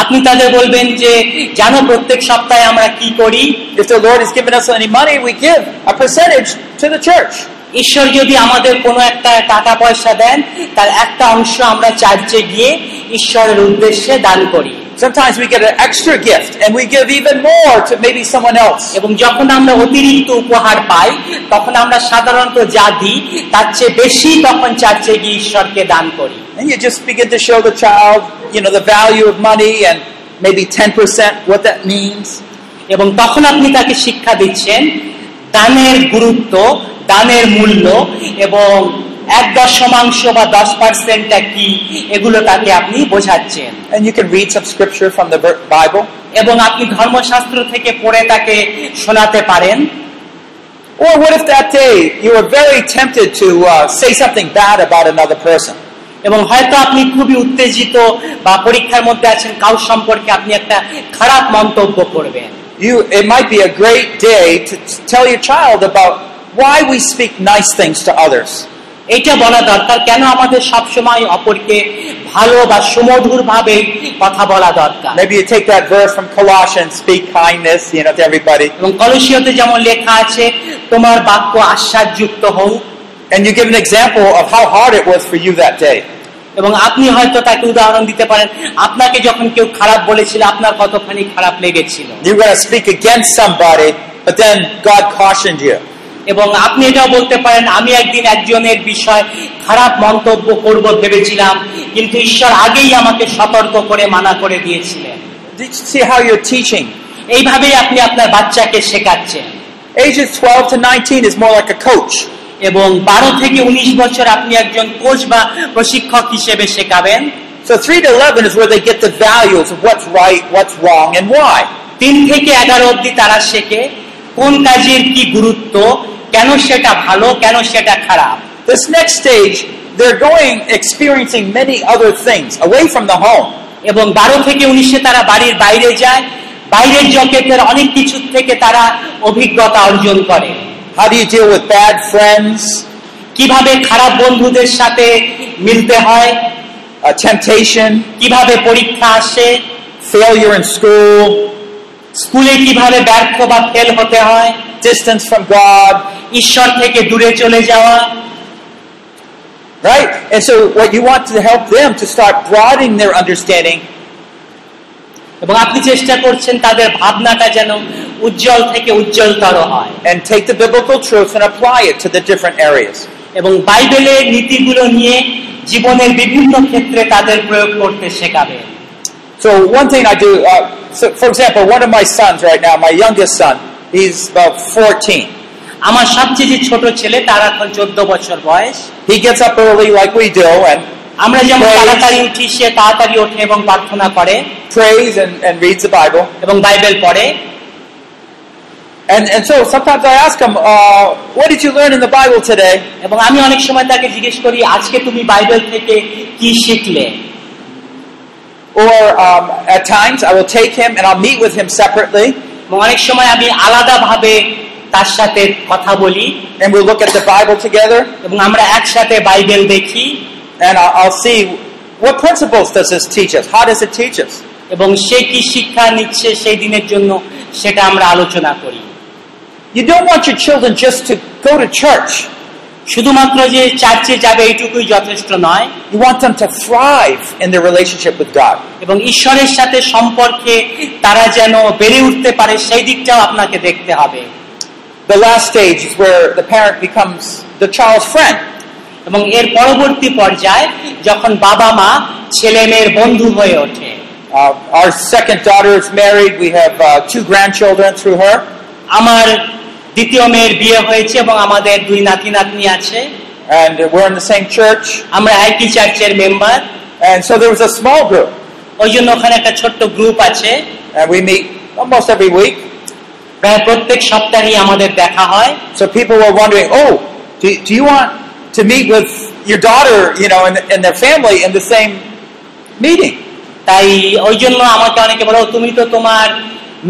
Speaker 4: আপনি তাদের বলবেন যে জানো প্রত্যেক সপ্তাহে আমরা কি করি
Speaker 3: If the Lord has given us any money, we give a percentage to the church.
Speaker 4: ঈশ্বর যদি আমাদের কোনো একটা টাকা পয়সা দেন তার একটা অংশ আমরা চার্চে গিয়ে ঈশ্বরের উদ্দেশ্যে দান করি
Speaker 3: Sometimes we get an extra gift and we give even more to maybe someone else.
Speaker 4: এবং যখন আমরা অতিরিক্ত উপহার পাই তখন আমরা সাধারণত যা দিই তার চেয়ে বেশি তখন চার্চে গিয়ে ঈশ্বরকে দান করি
Speaker 3: And you just begin to show the child, you know, the value of money and maybe 10%, what that means.
Speaker 4: এবং তখন আপনি তাকে শিক্ষা দিচ্ছেন দানের গুরুত্ব দানের মূল্য এবং এক দশমাংশ বা দশ পার্সেন্টটা কি এগুলো তাকে আপনি বোঝাচ্ছেন
Speaker 3: And you can read some scripture from the ver- Bible.
Speaker 4: এবং আপনি ধর্মশাস্ত্র থেকে পড়ে তাকে শোনাতে পারেন
Speaker 3: Or what if that day you were very tempted to uh, say something bad about another person?
Speaker 4: এবং হয়তো আপনি খুবই উত্তেজিত বা পরীক্ষার মধ্যে আছেন কাউ সম্পর্কে আপনি একটা খারাপ মন্তব্য করবেন
Speaker 3: You, it might be a great day to t- tell your child about why we speak nice things to others.
Speaker 4: এটা বলা দরকার কেন আমাদের সবসময় অপরকে ভালো বা সুমধুর ভাবে কথা বলা দরকার
Speaker 3: Maybe you take that verse from Colossians, speak kindness, you know, to everybody,
Speaker 4: এবং কলসীয়তে যেমন লেখা আছে তোমার বাক্য আশ্বাসযুক্ত হও
Speaker 3: and you give an example of how hard it was for you that day.
Speaker 4: এবং আপনি হয়তো তাকে উদাহরণ দিতে পারেন আপনাকে যখন কেউ খারাপ বলেছিল আপনার কতখানি খারাপ লেগেছিল
Speaker 3: You were going to speak against somebody, but then God cautioned you.
Speaker 4: এবং আপনি এটাও বলতে পারেন আমি একদিন একজনের বিষয় খারাপ মন্তব্য করব ভেবেছিলাম কিন্তু ঈশ্বর আগেই আমাকে সতর্ক করে মানা করে দিয়েছিলেন
Speaker 3: Did you see how you're teaching?
Speaker 4: এইভাবেই আপনি আপনার বাচ্চাকে শেখাচ্ছেন
Speaker 3: Ages 12 to 19 is more like a coach.
Speaker 4: এবং বারো থেকে উনিশ বছর আপনি একজন কোচ বা প্রশিক্ষক হিসেবে শেখাবেন
Speaker 3: So 3 to 11 is where they get the values of what's right, what's wrong, and why.
Speaker 4: তিন থেকে এগারো অবধি তারা শেখে কোন কাজের কি গুরুত্ব কেন সেটা ভালো কেন সেটা খারাপ
Speaker 3: This next stage, they're going experiencing many other things away from the home.
Speaker 4: এবং বারো থেকে উনিশে তারা বাড়ির বাইরে যায় বাইরের জগতের অনেক কিছু থেকে তারা অভিজ্ঞতা অর্জন করে
Speaker 3: How do you deal with bad friends,
Speaker 4: কিভাবে খারাপ বন্ধুদের সাথে মিলতে হয়
Speaker 3: uh, temptation,
Speaker 4: কিভাবে পরীক্ষা আসে
Speaker 3: failure in school,
Speaker 4: স্কুলে কিভাবে ব্যর্থ বা ফেল হতে হয়
Speaker 3: distance from God,
Speaker 4: ঈশ্বর থেকে দূরে চলে যাওয়া
Speaker 3: right? And so, what you want to help them to start broadening their understanding
Speaker 4: এবং আপনি চেষ্টা করছেন তাদের ভাবনাটা যেন উজ্জ্বল থেকে উজ্জ্বলতর হয়
Speaker 3: and take the biblical truths and apply it to the different areas.
Speaker 4: এবং বাইবেলের নীতিগুলো নিয়ে জীবনের বিভিন্ন ক্ষেত্রে তাদের প্রয়োগ করতে শেখাবেন
Speaker 3: So one thing I do, uh, so for example, one of my sons right now, my youngest son, he's about 14.
Speaker 4: আমার সবচেয়ে যে ছোট ছেলে তার এখন চোদ্দ বছর বয়স
Speaker 3: He gets up early like we do and
Speaker 4: আমরা যেমন
Speaker 3: Praise.
Speaker 4: তাড়াতাড়ি উঠি সে তাড়াতাড়ি ওঠে এবং প্রার্থনা করে
Speaker 3: prays and, and reads the Bible.
Speaker 4: এবং বাইবেল পড়ে
Speaker 3: And, and so sometimes I ask him, uh, what did you learn in the Bible today?
Speaker 4: এবং আমি অনেক সময় তাকে জিজ্ঞেস করি আজকে তুমি বাইবেল থেকে কি শিখলে
Speaker 3: Or um, at times I will take him and I'll meet with him separately
Speaker 4: এবং অনেক সময় আমি আলাদাভাবে তার সাথে কথা বলি
Speaker 3: and we'll look at the Bible together
Speaker 4: এবং আমরা একসাথe বাইবেল দেখি
Speaker 3: and I'll, I'll see what principles does this teach us? How does it teach us?
Speaker 4: এবং সে কি শিক্ষা নিচ্ছে সেই দিনের জন্য সেটা আমরা আলোচনা করি
Speaker 3: You don't want your children just to go to church.
Speaker 4: শুধুমাত্র যে চার্চে যাবে এইটুকুই যথেষ্ট নয়
Speaker 3: You want them to thrive in their relationship with God.
Speaker 4: এবং ঈশ্বরের সাথে সম্পর্কে তারা যেন বেড়ে উঠতে পারে সেই দিকটাও আপনাকে দেখতে হবে
Speaker 3: The last stage is where the parent becomes the child's friend.
Speaker 4: এবং এর পরবর্তী পর্যায়ে যখন বাবা মা ছেলে মেয়ের বন্ধু হয়ে ওঠে
Speaker 3: Uh, our second daughter is married. We have uh, two grandchildren through her,
Speaker 4: আমার দ্বিতীয় মেয়ের বিয়ে হয়েছে এবং আমাদের দুই নাতি নাতনি আছে
Speaker 3: and we're in the same church.
Speaker 4: আমরা একই চার্চের member
Speaker 3: And so there was a small group,
Speaker 4: ওই জন্য ওখানে একটা ছোট্ট গ্রুপ আছে
Speaker 3: and we meet almost every week.
Speaker 4: প্রায় প্রত্যেক সপ্তাহে আমাদের দেখা হয়
Speaker 3: So people were wondering, oh, do, do you want to meet with your daughter, you know, and, and their family in the same meeting?
Speaker 4: তাই ওই জন্য আমাকে অনেকে বলো তুমি তো তোমার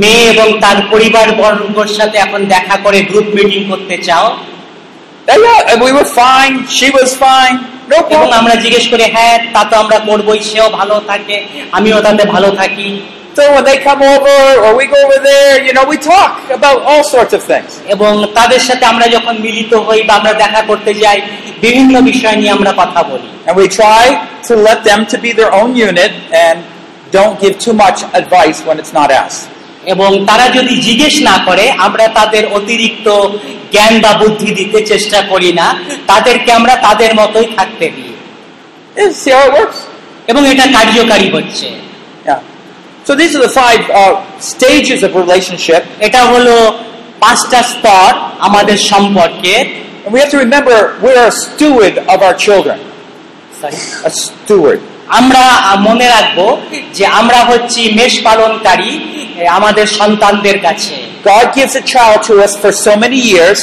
Speaker 4: মেয়ে এবং তার পরিবার বর্গর সাথে এখন দেখা করে গ্রুপ মিটিং করতে চাও
Speaker 3: And yeah, and we were fine. She was fine. No
Speaker 4: এবং
Speaker 3: problem.
Speaker 4: আমরা জিজ্ঞেস করি হ্যাঁ তা তো আমরা করবোই সেও ভালো থাকে আমিও তাতে ভালো থাকি
Speaker 3: So when they come over or we go over there, you know, we talk about all sorts of things.
Speaker 4: এবং তাদের সাথে আমরা যখন মিলিত হই বা আমরা দেখা করতে যাই বিভিন্ন বিষয় নিয়ে আমরা কথা বলি
Speaker 3: And we try to let them to be their own unit and don't give too much advice when it's not asked.
Speaker 4: এবং তারা যদি জিজ্ঞেস না করে আমরা তাদের অতিরিক্ত জ্ঞান বা বুদ্ধি দিতে চেষ্টা করি না তাদেরকে আমরা তাদের মতোই থাকতে দিই
Speaker 3: Yeah, see how it works?
Speaker 4: এবং এটা কার্যকারী হচ্ছে
Speaker 3: Yeah. So these are the five uh, stages of relationship.
Speaker 4: এটা হলো পাঁচটা স্তর আমাদের সম্পর্কে
Speaker 3: And we have to remember we're a steward of our children. A steward.
Speaker 4: আমরা মনে রাখবো যে আমরা হচ্ছি মেষ পালনকারী এ, আমাদের সন্তানদের কাছে
Speaker 3: God gives a child to us for so many years,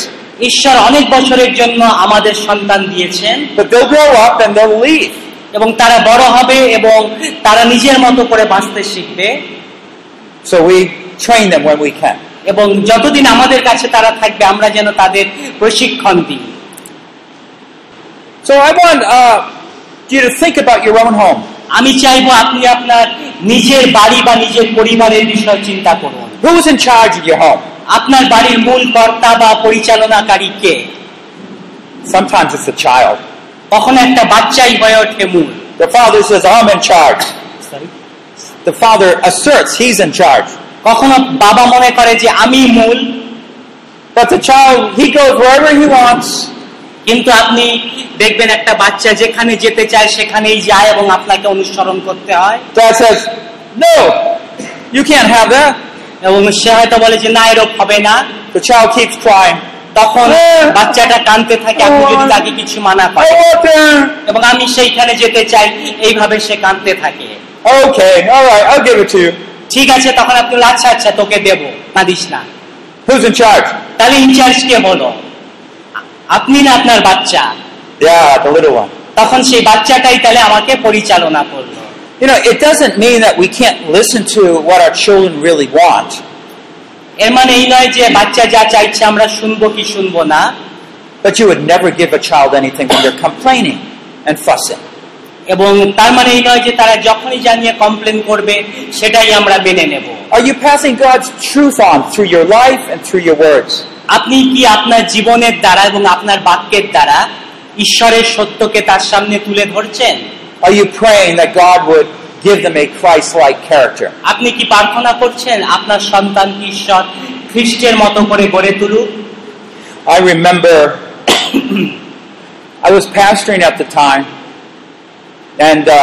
Speaker 4: ঈশ্বর অনেক বছরের জন্য আমাদের সন্তান দিয়েছেন
Speaker 3: but they'll grow up and they'll leave.
Speaker 4: এবং তারা বড় হবে এবং তারা নিজের মতো করে বাঁচতে শিখবে
Speaker 3: So we train them when we can.
Speaker 4: এবং যতদিন আমাদের কাছে তারা থাকবে আমরা যেন তাদের প্রশিক্ষণ দিই
Speaker 3: So I want uh, you to think about your own home.
Speaker 4: আমি চাইবো আপনি আপনার নিজের বাড়ি বা নিজের পরিবারের বিষয় চিন্তা করুন
Speaker 3: Who's in charge of your home?
Speaker 4: আপনার বাড়ির মূল কর্তা বা পরিচালনাকারী কে
Speaker 3: Sometimes it's the child.
Speaker 4: কখন একটা বাচ্চাই হয়ে ওঠে মূল
Speaker 3: The father says, I'm in charge. The father asserts he's in charge.
Speaker 4: কখনো বাবা মনে করে যে আমি মূল
Speaker 3: But the child, he goes wherever he wants,
Speaker 4: কিন্তু আপনি দেখবেন একটা বাচ্চা যেখানে যেতে চায় সেখানেই যায় এবং আপনাকে অনুসরণ করতে হয়
Speaker 3: Dad says, No, you can't have that.
Speaker 4: এবং সে হয়তো বলে যে না এরকম হবে না
Speaker 3: The child keeps crying.
Speaker 4: তখন
Speaker 3: Oh,
Speaker 4: বাচ্চাটা কানতে থাকে আপনি যদি তাকে কিছু মানা
Speaker 3: I
Speaker 4: করেন
Speaker 3: want there.
Speaker 4: এবং আমি সেইখানে যেতে চাই এইভাবে সে কাঁদতে থাকে
Speaker 3: Okay, all right, I'll give it to you.
Speaker 4: ঠিক আছে তখন আপনি বললেন, আচ্ছা আচ্ছা তোকে দেব কাঁদিস না
Speaker 3: Who's in charge?
Speaker 4: তাহলে ইনচার্জ কে হলো আপনি না আপনার বাচ্চা
Speaker 3: Yeah, the little one.
Speaker 4: তখন সেই বাচ্চাটাই তাহলে আমাকে পরিচালনা করলো
Speaker 3: You know, it doesn't mean that we can't listen to what our children really want,
Speaker 4: এর মানে এই নয় যে বাচ্চা যা চাইছে আমরা শুনবো কি শুনবো না
Speaker 3: but you would never give a child anything when they're complaining and fussing.
Speaker 4: এবং তার মানে এই নয় যে তারা যখনই যা নিয়ে কমপ্লেন করবে সেটাই আমরা মেনে নেব
Speaker 3: Are you passing God's truth on through your life and through your words?
Speaker 4: আপনি কি আপনার জীবনের দ্বারা এবং আপনার বাক্যের দ্বারা ঈশ্বরের সত্যকে তার সামনে তুলে ধরছেন
Speaker 3: Are you praying that God would give them a Christ like character?
Speaker 4: আপনি কি প্রার্থনা করছেন আপনার সন্তান ঈশ্বর খ্রিস্টের মতো করে গড়ে তুলুক
Speaker 3: I remember <clears throat> I was pastoring at the time, and uh,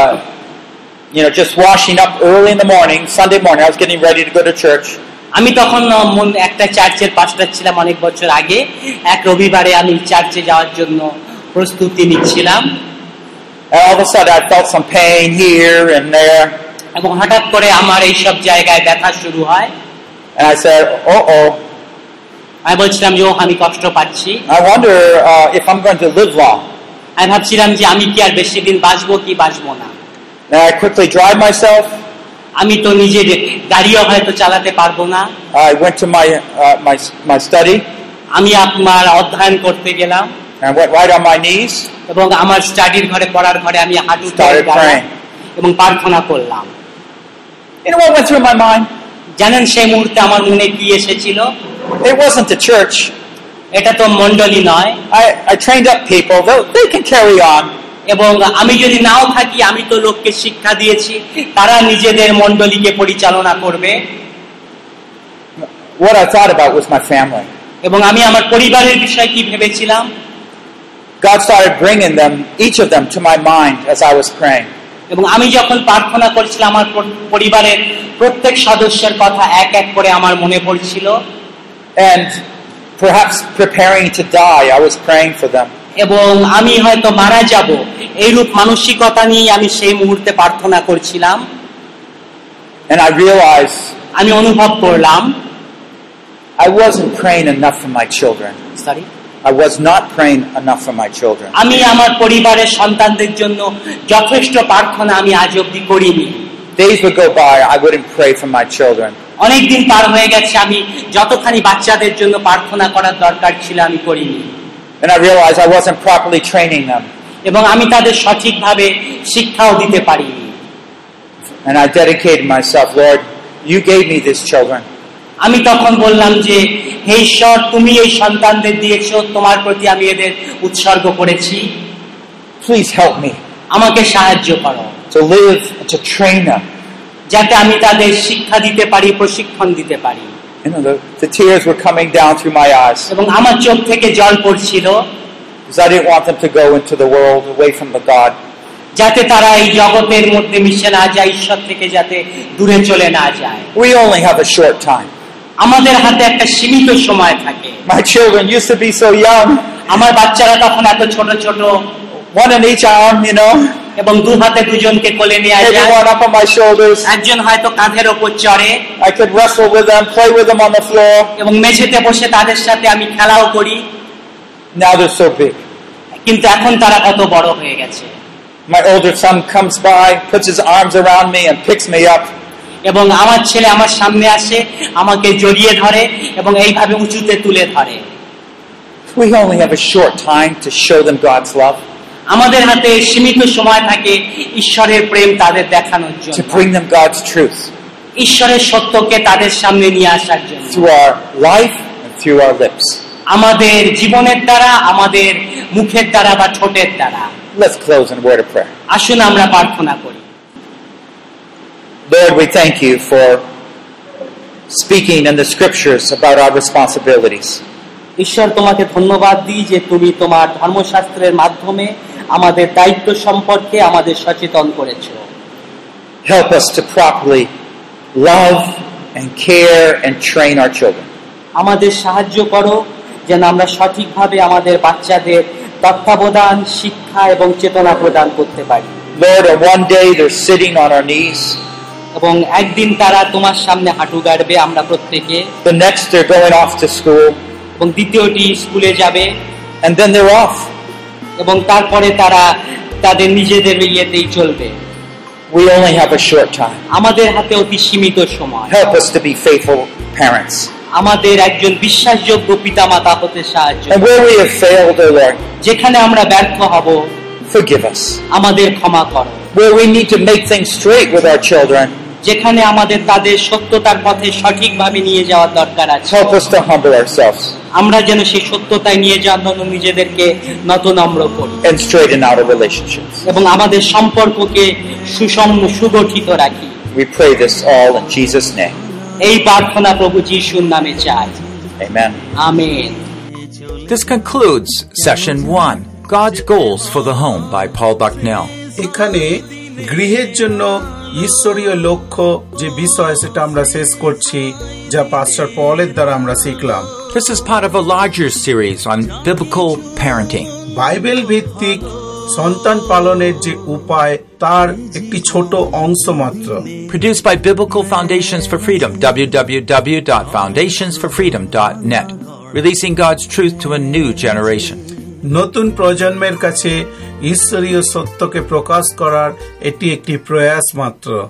Speaker 3: you know, just washing up early in the morning, Sunday morning. I was getting ready to go to church,
Speaker 4: আমি তখন আহ, মন- একটা চার্চের পাস্টার ছিলাম অনেক বছর আগে এক রবিবারে আমি চার্চে যাওয়ার জন্য প্রস্তুতি নিচ্ছিলাম
Speaker 3: and all of a sudden, I felt some pain here and there,
Speaker 4: এবং হঠাৎ করে আমার এই সব জায়গায় ব্যথা শুরু হয়
Speaker 3: and I said, "Uh oh,
Speaker 4: আমি বলছিলাম যে "ওহ, আমি কষ্ট পাচ্ছি
Speaker 3: I wonder uh, if I'm going to live long."
Speaker 4: আমি ভাবছিলাম যে আমি কি আর বেশি দিন বাঁচবো কি বাঁচবো না
Speaker 3: And I quickly dried myself.
Speaker 4: আমি তো নিজে গাড়িও হয়তো চালাতে পারবো না
Speaker 3: I went to my uh, my my study and
Speaker 4: আমি আপনার অধ্যয়ন করতে গেলাম
Speaker 3: I went right on my knees.
Speaker 4: এবং আমার স্টাডির ঘরে পড়ার ঘরে আমি হাঁটু
Speaker 3: Started praying.
Speaker 4: এবং প্রার্থনা করলাম
Speaker 3: You know what went through my mind?
Speaker 4: জানেন সেই মুহূর্তে আমার মনে কি এসেছিল
Speaker 3: It wasn't the church.
Speaker 4: এটা তো মন্ডলী নয়
Speaker 3: I, I trained up people. They, they can carry on.
Speaker 4: এবং আমি যদি নাও থাকি আমি তো লোককে শিক্ষা দিয়েছি তারা নিজেদের মন্ডলীকে পরিচালনা করবে
Speaker 3: What I thought about was my family.
Speaker 4: এবং আমি আমার পরিবারের বিষয়ে কি ভেবেছিলাম
Speaker 3: God started bringing them, each of them, to my mind as I was praying.
Speaker 4: এবং আমি যখন প্রার্থনা করছিলাম আমার প্র- পরিবারের প্রত্যেক সদস্যের কথা এক এক করে আমার মনে পড়ছিল
Speaker 3: And perhaps preparing to die, I was praying for them.
Speaker 4: এবং আমি হয়তো মারা যাব এইরূপ মানসিকতা নিয়ে আমি সেই মুহূর্তে প্রার্থনা করছিলাম
Speaker 3: And I realized
Speaker 4: আমি অনুভব করলাম
Speaker 3: I wasn't praying enough for my children.
Speaker 4: Sorry
Speaker 3: I was not praying enough for my children.
Speaker 4: আমি আমার পরিবারের সন্তানদের জন্য যথেষ্ট প্রার্থনা আমি আজ অব্দি করিনি
Speaker 3: Days would go by, I wouldn't pray for my children.
Speaker 4: অনেক দিন পার হয়ে গেছে আমি যতখানি বাচ্চাদের জন্য প্রার্থনা করার দরকার ছিল আমি করিনি
Speaker 3: And I realized I wasn't properly training them.
Speaker 4: এবং আমি তাদের সঠিকভাবে শিক্ষাও দিতে পারিনি
Speaker 3: And I dedicated myself, Lord, you gave me these children.
Speaker 4: আমি তখন বললাম যে হে ঈশ্বর তুমি এই সন্তানদের দিয়েছো তোমার প্রতি আমি এদের উৎসর্গ করেছি
Speaker 3: Please help me
Speaker 4: আমাকে সাহায্য করো
Speaker 3: to live and to train them.
Speaker 4: যাতে আমি তাদের শিক্ষা দিতে পারি প্রশিক্ষণ দিতে পারি
Speaker 3: You know, the, the tears were coming down through my eyes
Speaker 4: এবং আমার চোখ থেকে জল পড়ছিল
Speaker 3: because I didn't want them to go into the world away from the God.
Speaker 4: যাতে তারা এই জগতের মধ্যে মিশে না যায় ঈশ্বর থেকে যাতে দূরে চলে না যায়
Speaker 3: We only have a short time.
Speaker 4: আমাদের হাতে একটা সীমিত সময় থাকে
Speaker 3: My children used to be so young,
Speaker 4: আমার বাচ্চারা তখন এত ছোট ছোট
Speaker 3: one in each arm, you know,
Speaker 4: এবং দু হাতে দুজনকে কোলে নিয়ে
Speaker 3: maybe
Speaker 4: যায়
Speaker 3: one up on my shoulders.
Speaker 4: একজন হয়তো কাঁধের ওপর চড়ে
Speaker 3: I could wrestle with them, play with them on the floor.
Speaker 4: এবং মেঝেতে বসে তাদের সাথে আমি খেলাও করি
Speaker 3: Now they're so big.
Speaker 4: কিন্তু এখন তারা কত বড় হয়ে গেছে
Speaker 3: My older son comes by, puts his arms around me, and picks me up.
Speaker 4: এবং আমার ছেলে আমার সামনে আসে আমাকে জড়িয়ে ধরে এবং এইভাবে উঁচুতে তুলে ধরে
Speaker 3: We only have a short time to show them God's love,
Speaker 4: আমাদের হাতে সীমিত সময় থাকে ঈশ্বরের প্রেম তাদের দেখানোর
Speaker 3: to
Speaker 4: জন্য
Speaker 3: bring them God's truth
Speaker 4: ঈশ্বরের সত্যকে তাদের সামনে নিয়ে আসার জন্য
Speaker 3: through our life and through our lips.
Speaker 4: আমাদের জীবনের দ্বারা আমাদের মুখের দ্বারা বা ঠোঁটের দ্বারা
Speaker 3: Let's close in a word of prayer.
Speaker 4: আসুন আমরা প্রার্থনা করি
Speaker 3: Lord, we thank you for speaking in the scriptures about our responsibilities.
Speaker 4: ঈশ্বর তোমাকে ধন্যবাদ দিই যে তুমি তোমার ধর্মশাস্ত্রের মাধ্যমে আমাদের দায়িত্ব সম্পর্কে আমাদের সচেতন করেছো
Speaker 3: Help us to properly love and care and train our children.
Speaker 4: আমাদের সাহায্য করো যেন আমরা সঠিকভাবে আমাদের বাচ্চাদের তত্ত্বাবধান শিক্ষা এবং চেতনা প্রদান করতে পারি
Speaker 3: Lord, and one day they're sitting on our knees.
Speaker 4: এবং একদিন তারা তোমার সামনে হাঁটু গাড়বে আমরা প্রত্যেকে
Speaker 3: The next, they're going off to school.
Speaker 4: এবং দ্বিতীয়টি স্কুলে যাবে
Speaker 3: And then they're off.
Speaker 4: এবং তারপরে তারা তাদের নিজেদের ইয়েতেই চলবে
Speaker 3: We only have a short time.
Speaker 4: আমাদের হাতে অতি সীমিত সময়
Speaker 3: Help us to be faithful parents.
Speaker 4: আমাদের একজন বিশ্বাসযোগ্য পিতামাতা হতে সাহায্য
Speaker 3: And where we have failed, O Lord,
Speaker 4: যেখানে আমরা ব্যর্থ হব
Speaker 3: forgive us.
Speaker 4: আমাদের ক্ষমা করো
Speaker 3: Where we need to make things straight with our children,
Speaker 4: যেখানে আমাদের তাদের সত্যতার পথে সঠিকভাবে নিয়ে যাওয়ার দরকার আছে
Speaker 3: help us to humble ourselves
Speaker 4: আমরা যেন সেই সত্যতায় নিয়ে যাওয়ার জন্য নিজেদেরকে নতনম্র করি
Speaker 3: and straighten out our relationships.
Speaker 4: এবং আমাদের সম্পর্ককে সুসম সুগঠিত রাখি
Speaker 3: We pray this all in Jesus' name.
Speaker 4: এই প্রার্থনা প্রভু যিশুর নামে চাই
Speaker 3: Amen.
Speaker 4: Amen
Speaker 1: This concludes Session 1 God's Goals for the Home by Paul Bucknell.
Speaker 2: এখানে গৃহের জন্য ঈশ্বরীয় লক্ষ্য যে বিষয় সেটা আমরা শেষ করছি যা পাস্টার পলের দ্বারা আমরা শিখলাম
Speaker 1: This is part of a larger series on biblical parenting.
Speaker 2: Bible ভিত্তিক সন্তান পালনের যে উপায় তার একটি ছোট অংশ মাত্র
Speaker 1: Produced by Biblical Foundations for Freedom, www.foundationsforfreedom.net, releasing God's truth to a new generation.
Speaker 2: নতুন প্রজন্মের কাছে ঈশ্বরীয় সত্যকে প্রকাশ করার এটি একটি প্রয়াস মাত্র